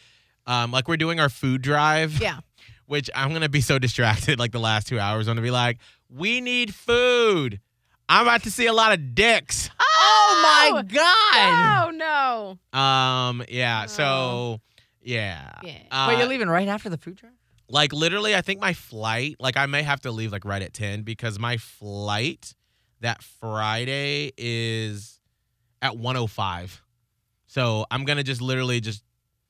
[SPEAKER 3] Um, like we're doing our food drive.
[SPEAKER 4] Yeah.
[SPEAKER 3] Which I'm gonna be so distracted. Like the last two hours, I'm gonna be like, we need food. I'm about to see a lot of dicks.
[SPEAKER 5] Oh my god!
[SPEAKER 4] Oh no.
[SPEAKER 3] Um, yeah. So,
[SPEAKER 4] Oh.
[SPEAKER 3] yeah.
[SPEAKER 4] Yeah.
[SPEAKER 3] Uh,
[SPEAKER 5] Wait, you're leaving right after the food drive?
[SPEAKER 3] like literally, I think my flight. Like I may have to leave like right at ten because my flight that Friday is at 105. So I'm gonna just literally just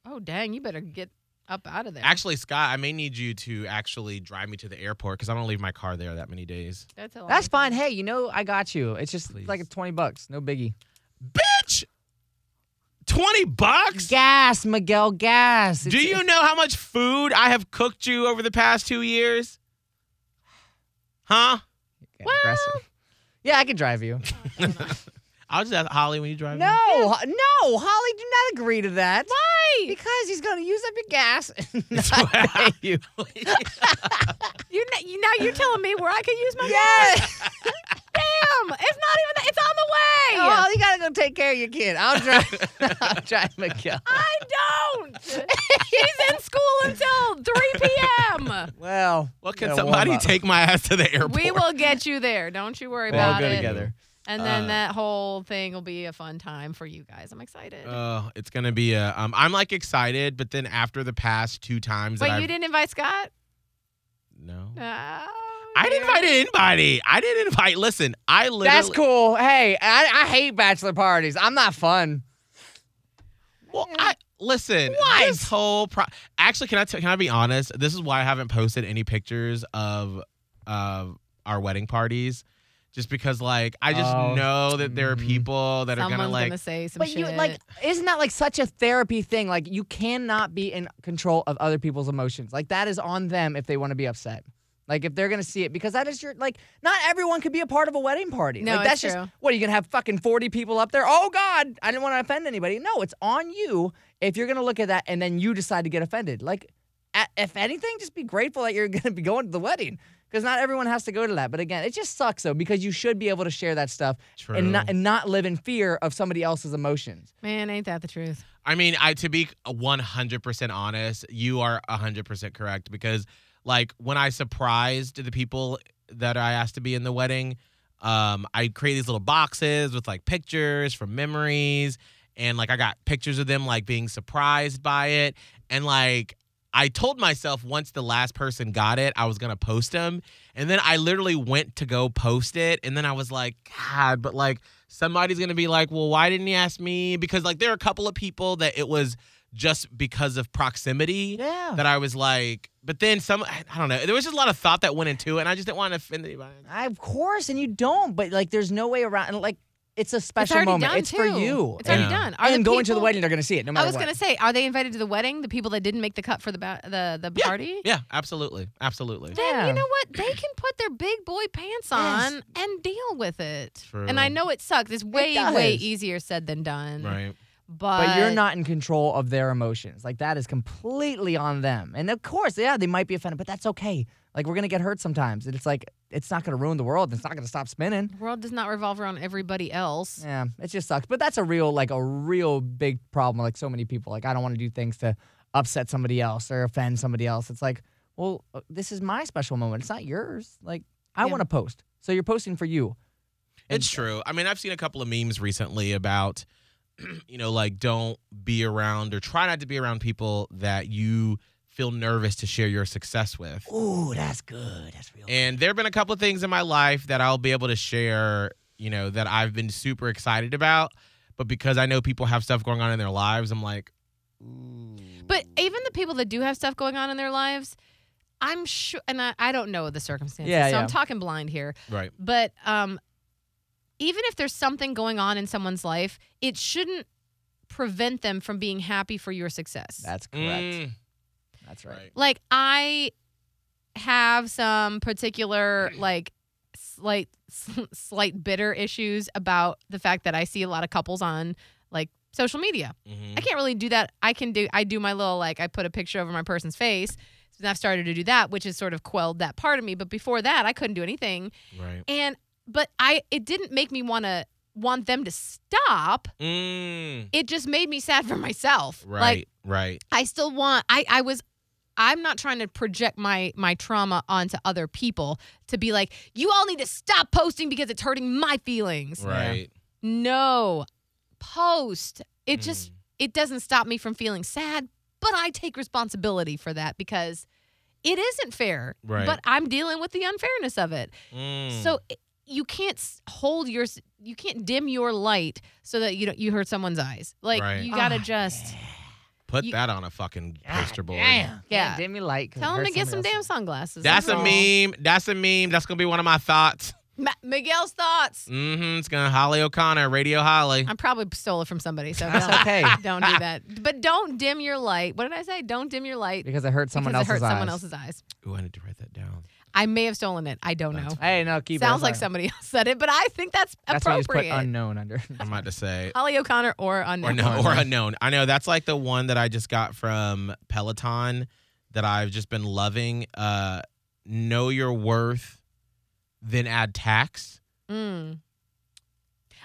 [SPEAKER 4] Oh dang, you better get up out of there.
[SPEAKER 3] Actually, Scott, I may need you to actually drive me to the airport because I don't leave my car there that many days.
[SPEAKER 4] that's a long
[SPEAKER 5] That's
[SPEAKER 4] time.
[SPEAKER 5] fine. Hey, you know I got you. It's just
[SPEAKER 3] Please.
[SPEAKER 5] like twenty bucks, no biggie.
[SPEAKER 3] Bitch! 20 bucks?
[SPEAKER 5] Gas, Miguel, gas.
[SPEAKER 3] Do you know how much food I have cooked you over the past two years? Huh?
[SPEAKER 5] Okay, aggressive. Yeah, I could drive you.
[SPEAKER 3] I'll just ask Holly when you drive
[SPEAKER 5] No,
[SPEAKER 3] me.
[SPEAKER 5] Ho- no, Holly, do not agree to that. Why? Because he's going to use up your gas. and not pay you.
[SPEAKER 4] You're n- you, now you're telling me where I could use my
[SPEAKER 5] Yes.
[SPEAKER 4] damn. It's not even. that- It's on the way.
[SPEAKER 5] Oh, well, you got to go take care of your kid. I'll drive. I'll drive Miguel.
[SPEAKER 4] I don't. He's in school until 3 p.m.
[SPEAKER 5] Well,
[SPEAKER 3] Well, can
[SPEAKER 5] yeah, warm
[SPEAKER 3] somebody
[SPEAKER 5] up.
[SPEAKER 3] take my ass to the airport?
[SPEAKER 4] We will get you there. Don't you worry
[SPEAKER 5] We'll
[SPEAKER 4] about
[SPEAKER 5] go
[SPEAKER 4] it.
[SPEAKER 5] together.
[SPEAKER 4] And then
[SPEAKER 3] Uh,
[SPEAKER 4] that whole thing will be a fun time for you guys. I'm excited.
[SPEAKER 3] Oh, it's gonna be a. Um, I'm like excited, but then after the past two times
[SPEAKER 4] Wait,
[SPEAKER 3] that
[SPEAKER 4] you
[SPEAKER 3] I've
[SPEAKER 4] didn't invite Scott?
[SPEAKER 3] no,
[SPEAKER 4] Oh,
[SPEAKER 3] I didn't
[SPEAKER 4] dear.
[SPEAKER 3] invite anybody. I didn't invite. Listen, I literally.
[SPEAKER 5] That's cool. Hey, I, I hate bachelor parties. I'm not fun.
[SPEAKER 3] Well, I listen.
[SPEAKER 5] What?
[SPEAKER 3] This whole pro- actually, can I t- can I be honest? This is why I haven't posted any pictures of of our wedding parties, just because like I just
[SPEAKER 5] Oh.
[SPEAKER 3] know that there are
[SPEAKER 5] Mhm.
[SPEAKER 3] people that
[SPEAKER 4] Someone's
[SPEAKER 3] are gonna like.
[SPEAKER 4] say some
[SPEAKER 5] But
[SPEAKER 4] shit.
[SPEAKER 5] you like, isn't that like such a therapy thing? Like, you cannot be in control of other people's emotions. Like, that is on them if they want to be upset. Like, if they're gonna see it, because that is your like. Not everyone could be a part of a wedding party.
[SPEAKER 4] No,
[SPEAKER 5] like,
[SPEAKER 4] it's
[SPEAKER 5] that's
[SPEAKER 4] true.
[SPEAKER 5] just what are you gonna have fucking forty people up there? Oh God, I didn't want to offend anybody. No, it's on you if you're gonna look at that and then you decide to get offended. Like, at, if anything, just be grateful that you're going to be going to the wedding because not everyone has to go to that. But again, it just sucks though because you should be able to share that stuff
[SPEAKER 3] True.
[SPEAKER 5] and not and not live in fear of somebody else's emotions.
[SPEAKER 4] Man, ain't that the truth?
[SPEAKER 3] I mean, I to be 100% honest, you are 100% correct because like when I surprised the people that I asked to be in the wedding, um I create these little boxes with like pictures from memories and like I got pictures of them like being surprised by it and like I told myself once the last person got it, I was gonna post them. And then I literally went to go post it. And then I was like, God, but like somebody's gonna be like, well, why didn't he ask me? Because like there are a couple of people that it was just because of proximity
[SPEAKER 5] Yeah.
[SPEAKER 3] that I was like, but then some, I don't know. There was just a lot of thought that went into it. And I just didn't want to offend anybody.
[SPEAKER 5] I, of course, and you don't, but like there's no way around. And like it's a
[SPEAKER 4] It's
[SPEAKER 5] special
[SPEAKER 4] already
[SPEAKER 5] moment.
[SPEAKER 4] done
[SPEAKER 5] it's for
[SPEAKER 4] too.
[SPEAKER 5] you.
[SPEAKER 4] It's already
[SPEAKER 3] Yeah.
[SPEAKER 4] done. Are
[SPEAKER 5] and
[SPEAKER 4] the
[SPEAKER 5] going to the
[SPEAKER 4] people-
[SPEAKER 5] wedding, they're going to see it no matter
[SPEAKER 4] I was
[SPEAKER 5] what.
[SPEAKER 4] gonna say, are they invited to the wedding? The people that didn't make the cut for the ba- the the party.
[SPEAKER 3] Yeah, absolutely. Absolutely.
[SPEAKER 4] Then
[SPEAKER 5] Yeah.
[SPEAKER 4] you know what? They can put their big boy pants on and deal with it.
[SPEAKER 3] True.
[SPEAKER 4] And I know it sucks. It's way way
[SPEAKER 5] does.
[SPEAKER 4] easier said than done.
[SPEAKER 3] Right.
[SPEAKER 4] But,
[SPEAKER 5] but you're not in control of their emotions. Like that is completely on them. And of course, yeah, they might be offended, but that's okay. Like we're gonna get hurt sometimes, and it's like it's not gonna ruin the world. and It's not gonna stop spinning.
[SPEAKER 4] The world does not revolve around everybody else.
[SPEAKER 5] Yeah, it just sucks. But that's a real, like a real big problem. Like so many people, like I don't want to do things to upset somebody else or offend somebody else. It's like, well, uh, this is my special moment. It's not yours. Like I
[SPEAKER 4] Yeah.
[SPEAKER 5] want to post, so you're posting for you.
[SPEAKER 3] It's true. I mean, I've seen a couple of memes recently about, you know, like don't be around or try not to be around people that you feel nervous to share your success with.
[SPEAKER 5] Ooh, that's good. That's real.
[SPEAKER 3] And there have been a couple of things in my life that I'll be able to share, you know, that I've been super excited about. But because I know people have stuff going on in their lives, I'm like,
[SPEAKER 4] But even the people that do have stuff going on in their lives, I'm sure, and I, I don't know the circumstances,
[SPEAKER 5] Yeah,
[SPEAKER 4] so
[SPEAKER 5] yeah.
[SPEAKER 4] I'm talking blind here.
[SPEAKER 3] right.
[SPEAKER 4] But um, even if there's something going on in someone's life, it shouldn't prevent them from being happy for your success.
[SPEAKER 5] That's correct.
[SPEAKER 3] Mm,
[SPEAKER 5] That's right.
[SPEAKER 3] right.
[SPEAKER 4] like I have some particular like slight slight bitter issues about the fact that I see a lot of couples on like social media.
[SPEAKER 3] Mhm.
[SPEAKER 4] I can't really do that. I can do I do my little like I put a picture over my person's face. And I've started to do that, which has sort of quelled that part of me. But before that, I couldn't do anything.
[SPEAKER 3] Right.
[SPEAKER 4] And but I it didn't make me want to want them to stop.
[SPEAKER 3] Mm,
[SPEAKER 4] It just made me sad for myself.
[SPEAKER 3] right.
[SPEAKER 4] Like
[SPEAKER 3] right.
[SPEAKER 4] I still want I I was I'm not trying to project my my trauma onto other people to be like you all need to stop posting because it's hurting my feelings.
[SPEAKER 3] Right.
[SPEAKER 4] No. Post. It
[SPEAKER 3] Hmm.
[SPEAKER 4] just it doesn't stop me from feeling sad, but I take responsibility for that because it isn't fair.
[SPEAKER 3] Right.
[SPEAKER 4] But I'm dealing with the unfairness of it.
[SPEAKER 3] Mm,
[SPEAKER 4] So it- you can't s- hold your s- you can't dim your light so that you don't you hurt someone's eyes. Like
[SPEAKER 3] Right.
[SPEAKER 4] you got to
[SPEAKER 5] Ah,
[SPEAKER 4] just
[SPEAKER 3] put
[SPEAKER 4] you-
[SPEAKER 3] that on a fucking poster board.
[SPEAKER 4] Ah, Yeah.
[SPEAKER 5] Give me light. 'cause it
[SPEAKER 4] Tell him
[SPEAKER 5] hurts
[SPEAKER 4] to get some
[SPEAKER 5] somebody
[SPEAKER 4] damn
[SPEAKER 5] else.
[SPEAKER 4] sunglasses.
[SPEAKER 3] That's a
[SPEAKER 4] all.
[SPEAKER 3] meme. That's a meme. That's gonna be one of my thoughts.
[SPEAKER 4] Ma- Miguel's thoughts.
[SPEAKER 3] Mm-hmm. It's gonna Holly O'Connor, Radio Holly.
[SPEAKER 4] I probably stole it from somebody, so
[SPEAKER 5] That's
[SPEAKER 4] don't,
[SPEAKER 5] okay.
[SPEAKER 4] don't do that. But don't dim your light. What did I say? Don't dim your light
[SPEAKER 5] Because it hurt someone
[SPEAKER 4] because
[SPEAKER 5] else's
[SPEAKER 4] it hurt someone
[SPEAKER 5] eyes.
[SPEAKER 4] else's eyes.
[SPEAKER 3] Ooh, I need to write that down.
[SPEAKER 4] I may have stolen it. I don't know.
[SPEAKER 5] Hey, no, keep it.
[SPEAKER 4] Sounds like
[SPEAKER 5] Sorry.
[SPEAKER 4] somebody else said it, but I think that's,
[SPEAKER 5] That's why you just put
[SPEAKER 4] appropriate.
[SPEAKER 5] unknown under.
[SPEAKER 3] I'm about to say
[SPEAKER 4] Holly O'Connor or
[SPEAKER 3] or
[SPEAKER 4] unknown.
[SPEAKER 3] no or unknown. I know that's like the one that I just got from Peloton that I've just been loving. Uh, know your worth, then add tax.
[SPEAKER 4] Mm.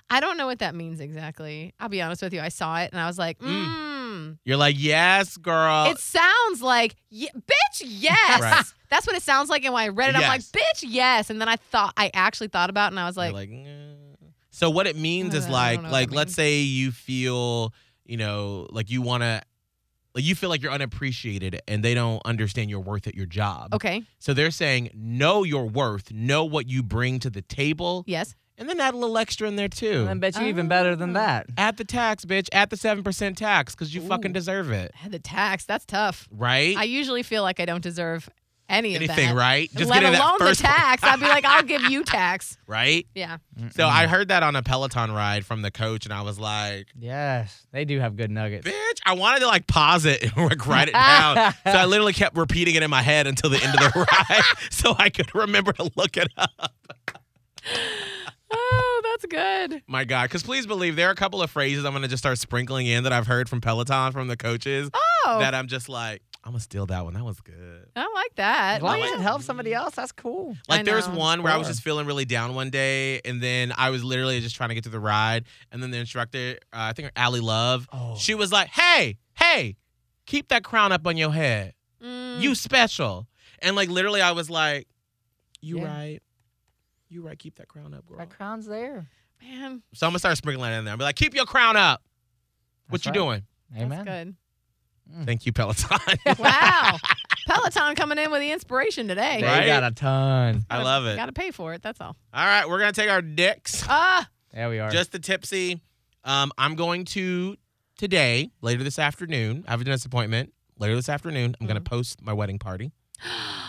[SPEAKER 4] I don't know what that means exactly. I'll be honest with you. I saw it and I was like,
[SPEAKER 3] Mm.
[SPEAKER 4] mm.
[SPEAKER 3] You're like, yes, girl.
[SPEAKER 4] It sounds like, y- bitch, yes.
[SPEAKER 3] Right.
[SPEAKER 4] That's what it sounds like. And when I read it, I'm like,
[SPEAKER 3] Yes.
[SPEAKER 4] bitch, yes. And then I thought, I actually thought about it and I was
[SPEAKER 3] You're
[SPEAKER 4] like,
[SPEAKER 3] "Mm." so what it means
[SPEAKER 4] Uh, I
[SPEAKER 3] is
[SPEAKER 4] don't
[SPEAKER 3] like,
[SPEAKER 4] know what
[SPEAKER 3] like
[SPEAKER 4] that
[SPEAKER 3] let's
[SPEAKER 4] means.
[SPEAKER 3] say you feel, you know, like you want to, like you feel like you're unappreciated and they don't understand your worth at your job.
[SPEAKER 4] okay,
[SPEAKER 3] So they're saying know your worth, know what you bring to the table,
[SPEAKER 4] yes.
[SPEAKER 3] and then add a little extra in there too.
[SPEAKER 5] I bet you even better
[SPEAKER 4] Oh.
[SPEAKER 5] than that.
[SPEAKER 3] At the tax, bitch. At the seven percent tax, because you fucking
[SPEAKER 5] Ooh.
[SPEAKER 3] deserve it,
[SPEAKER 4] I had the tax. That's tough.
[SPEAKER 3] right?
[SPEAKER 4] I usually feel like I don't deserve any of
[SPEAKER 3] Anything,
[SPEAKER 4] that.
[SPEAKER 3] right?
[SPEAKER 4] Let
[SPEAKER 3] rid
[SPEAKER 4] alone
[SPEAKER 3] of that
[SPEAKER 4] the
[SPEAKER 3] first one,
[SPEAKER 4] tax. I'd be like, I'll give you tax.
[SPEAKER 3] right?
[SPEAKER 4] Yeah.
[SPEAKER 3] So I heard that on a Peloton ride from the coach, and I was like,
[SPEAKER 5] Yes, they do have good nuggets.
[SPEAKER 3] "Bitch!" I wanted to like pause it and like write it down. so I literally kept repeating it in my head until the end of the ride, so I could remember to look it up.
[SPEAKER 4] Oh, that's good.
[SPEAKER 3] My God, because please believe there are a couple of phrases I'm gonna just start sprinkling in that I've heard from Peloton from the coaches
[SPEAKER 4] Oh,
[SPEAKER 3] that I'm just like, I'm gonna steal that one. That was good.
[SPEAKER 4] I like that.
[SPEAKER 5] As long
[SPEAKER 4] Oh,
[SPEAKER 5] as
[SPEAKER 4] yeah.
[SPEAKER 5] it helps somebody else, that's cool.
[SPEAKER 3] Like there was
[SPEAKER 4] know.
[SPEAKER 3] one where I was
[SPEAKER 5] Sure.
[SPEAKER 3] just feeling really down one day, and then I was literally just trying to get to the ride, and then the instructor, uh, I think her Allie Love,
[SPEAKER 5] Oh.
[SPEAKER 3] she was like, "Hey, hey, keep that crown up on your head.
[SPEAKER 4] Mm.
[SPEAKER 3] You special." And like literally, I was like, "You
[SPEAKER 5] Yeah.
[SPEAKER 3] right, you right. Keep that crown up, girl."
[SPEAKER 5] That crown's there.
[SPEAKER 4] man,
[SPEAKER 3] so I'm gonna start sprinkling that in there. I'll be like, "Keep your crown up. What
[SPEAKER 5] That's
[SPEAKER 3] you
[SPEAKER 5] right. Mm.
[SPEAKER 3] doing?"
[SPEAKER 5] Amen.
[SPEAKER 4] that's good.
[SPEAKER 3] Thank you, Peloton.
[SPEAKER 4] Wow, Peloton coming in with the inspiration today.
[SPEAKER 5] They
[SPEAKER 3] Right?
[SPEAKER 5] got a ton.
[SPEAKER 3] I love it.
[SPEAKER 4] Got to pay for it. That's all.
[SPEAKER 3] All right, we're gonna take our dicks.
[SPEAKER 4] Ah,
[SPEAKER 5] There we are.
[SPEAKER 3] just the tipsy. Um, I'm going to today, later this afternoon. I have a dentist appointment later this afternoon. I'm gonna post my wedding party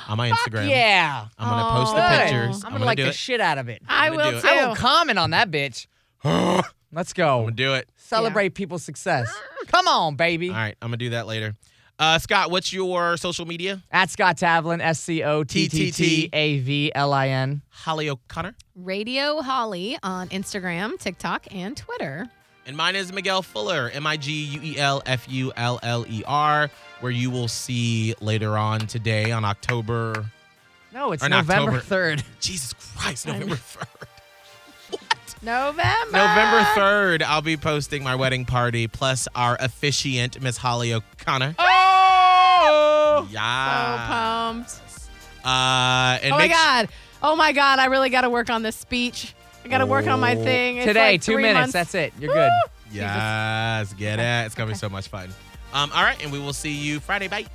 [SPEAKER 3] on my
[SPEAKER 5] Mm. Fuck
[SPEAKER 3] Instagram.
[SPEAKER 5] yeah. Oh,
[SPEAKER 3] I'm gonna post the
[SPEAKER 5] Good.
[SPEAKER 3] pictures.
[SPEAKER 5] I'm, gonna, like
[SPEAKER 3] do
[SPEAKER 5] the
[SPEAKER 3] it.
[SPEAKER 5] shit out of it.
[SPEAKER 4] I
[SPEAKER 3] gonna
[SPEAKER 4] will
[SPEAKER 3] do it.
[SPEAKER 4] too.
[SPEAKER 5] I will comment on that bitch.
[SPEAKER 3] I'm
[SPEAKER 5] Let's go.
[SPEAKER 3] gonna do it.
[SPEAKER 5] Celebrate people's success. Come on, baby.
[SPEAKER 3] All right, I'm gonna do that later. Uh, Scott, what's your social media?
[SPEAKER 5] At Scott Tavlin, S C O T T T A V L I N.
[SPEAKER 3] Holly O'Connor.
[SPEAKER 4] Radio Holly on Instagram, TikTok, and Twitter.
[SPEAKER 3] And mine is Miguel Fuller, M I G U E L F U L L E R, where you will see later on today on October.
[SPEAKER 5] No, it's
[SPEAKER 3] Or in
[SPEAKER 5] November
[SPEAKER 3] October.
[SPEAKER 5] 3rd.
[SPEAKER 3] Jesus Christ, November 3rd.
[SPEAKER 4] November.
[SPEAKER 3] November 3rd, I'll be posting my wedding party plus our officiant, Miss Holly O'Connor.
[SPEAKER 5] Oh!
[SPEAKER 4] So
[SPEAKER 3] Yeah.
[SPEAKER 4] pumped.
[SPEAKER 3] Uh, and
[SPEAKER 4] oh my
[SPEAKER 3] make-
[SPEAKER 4] god. Oh my god. I really got to work on this speech. I got to work on my
[SPEAKER 3] Oh.
[SPEAKER 4] thing. It's
[SPEAKER 5] Today,
[SPEAKER 4] like
[SPEAKER 5] two
[SPEAKER 4] three
[SPEAKER 5] minutes.
[SPEAKER 4] months.
[SPEAKER 5] That's it. You're good.
[SPEAKER 3] Yes, get it. It's going to be so much fun. Um, all right, and we will see you Friday. Bye.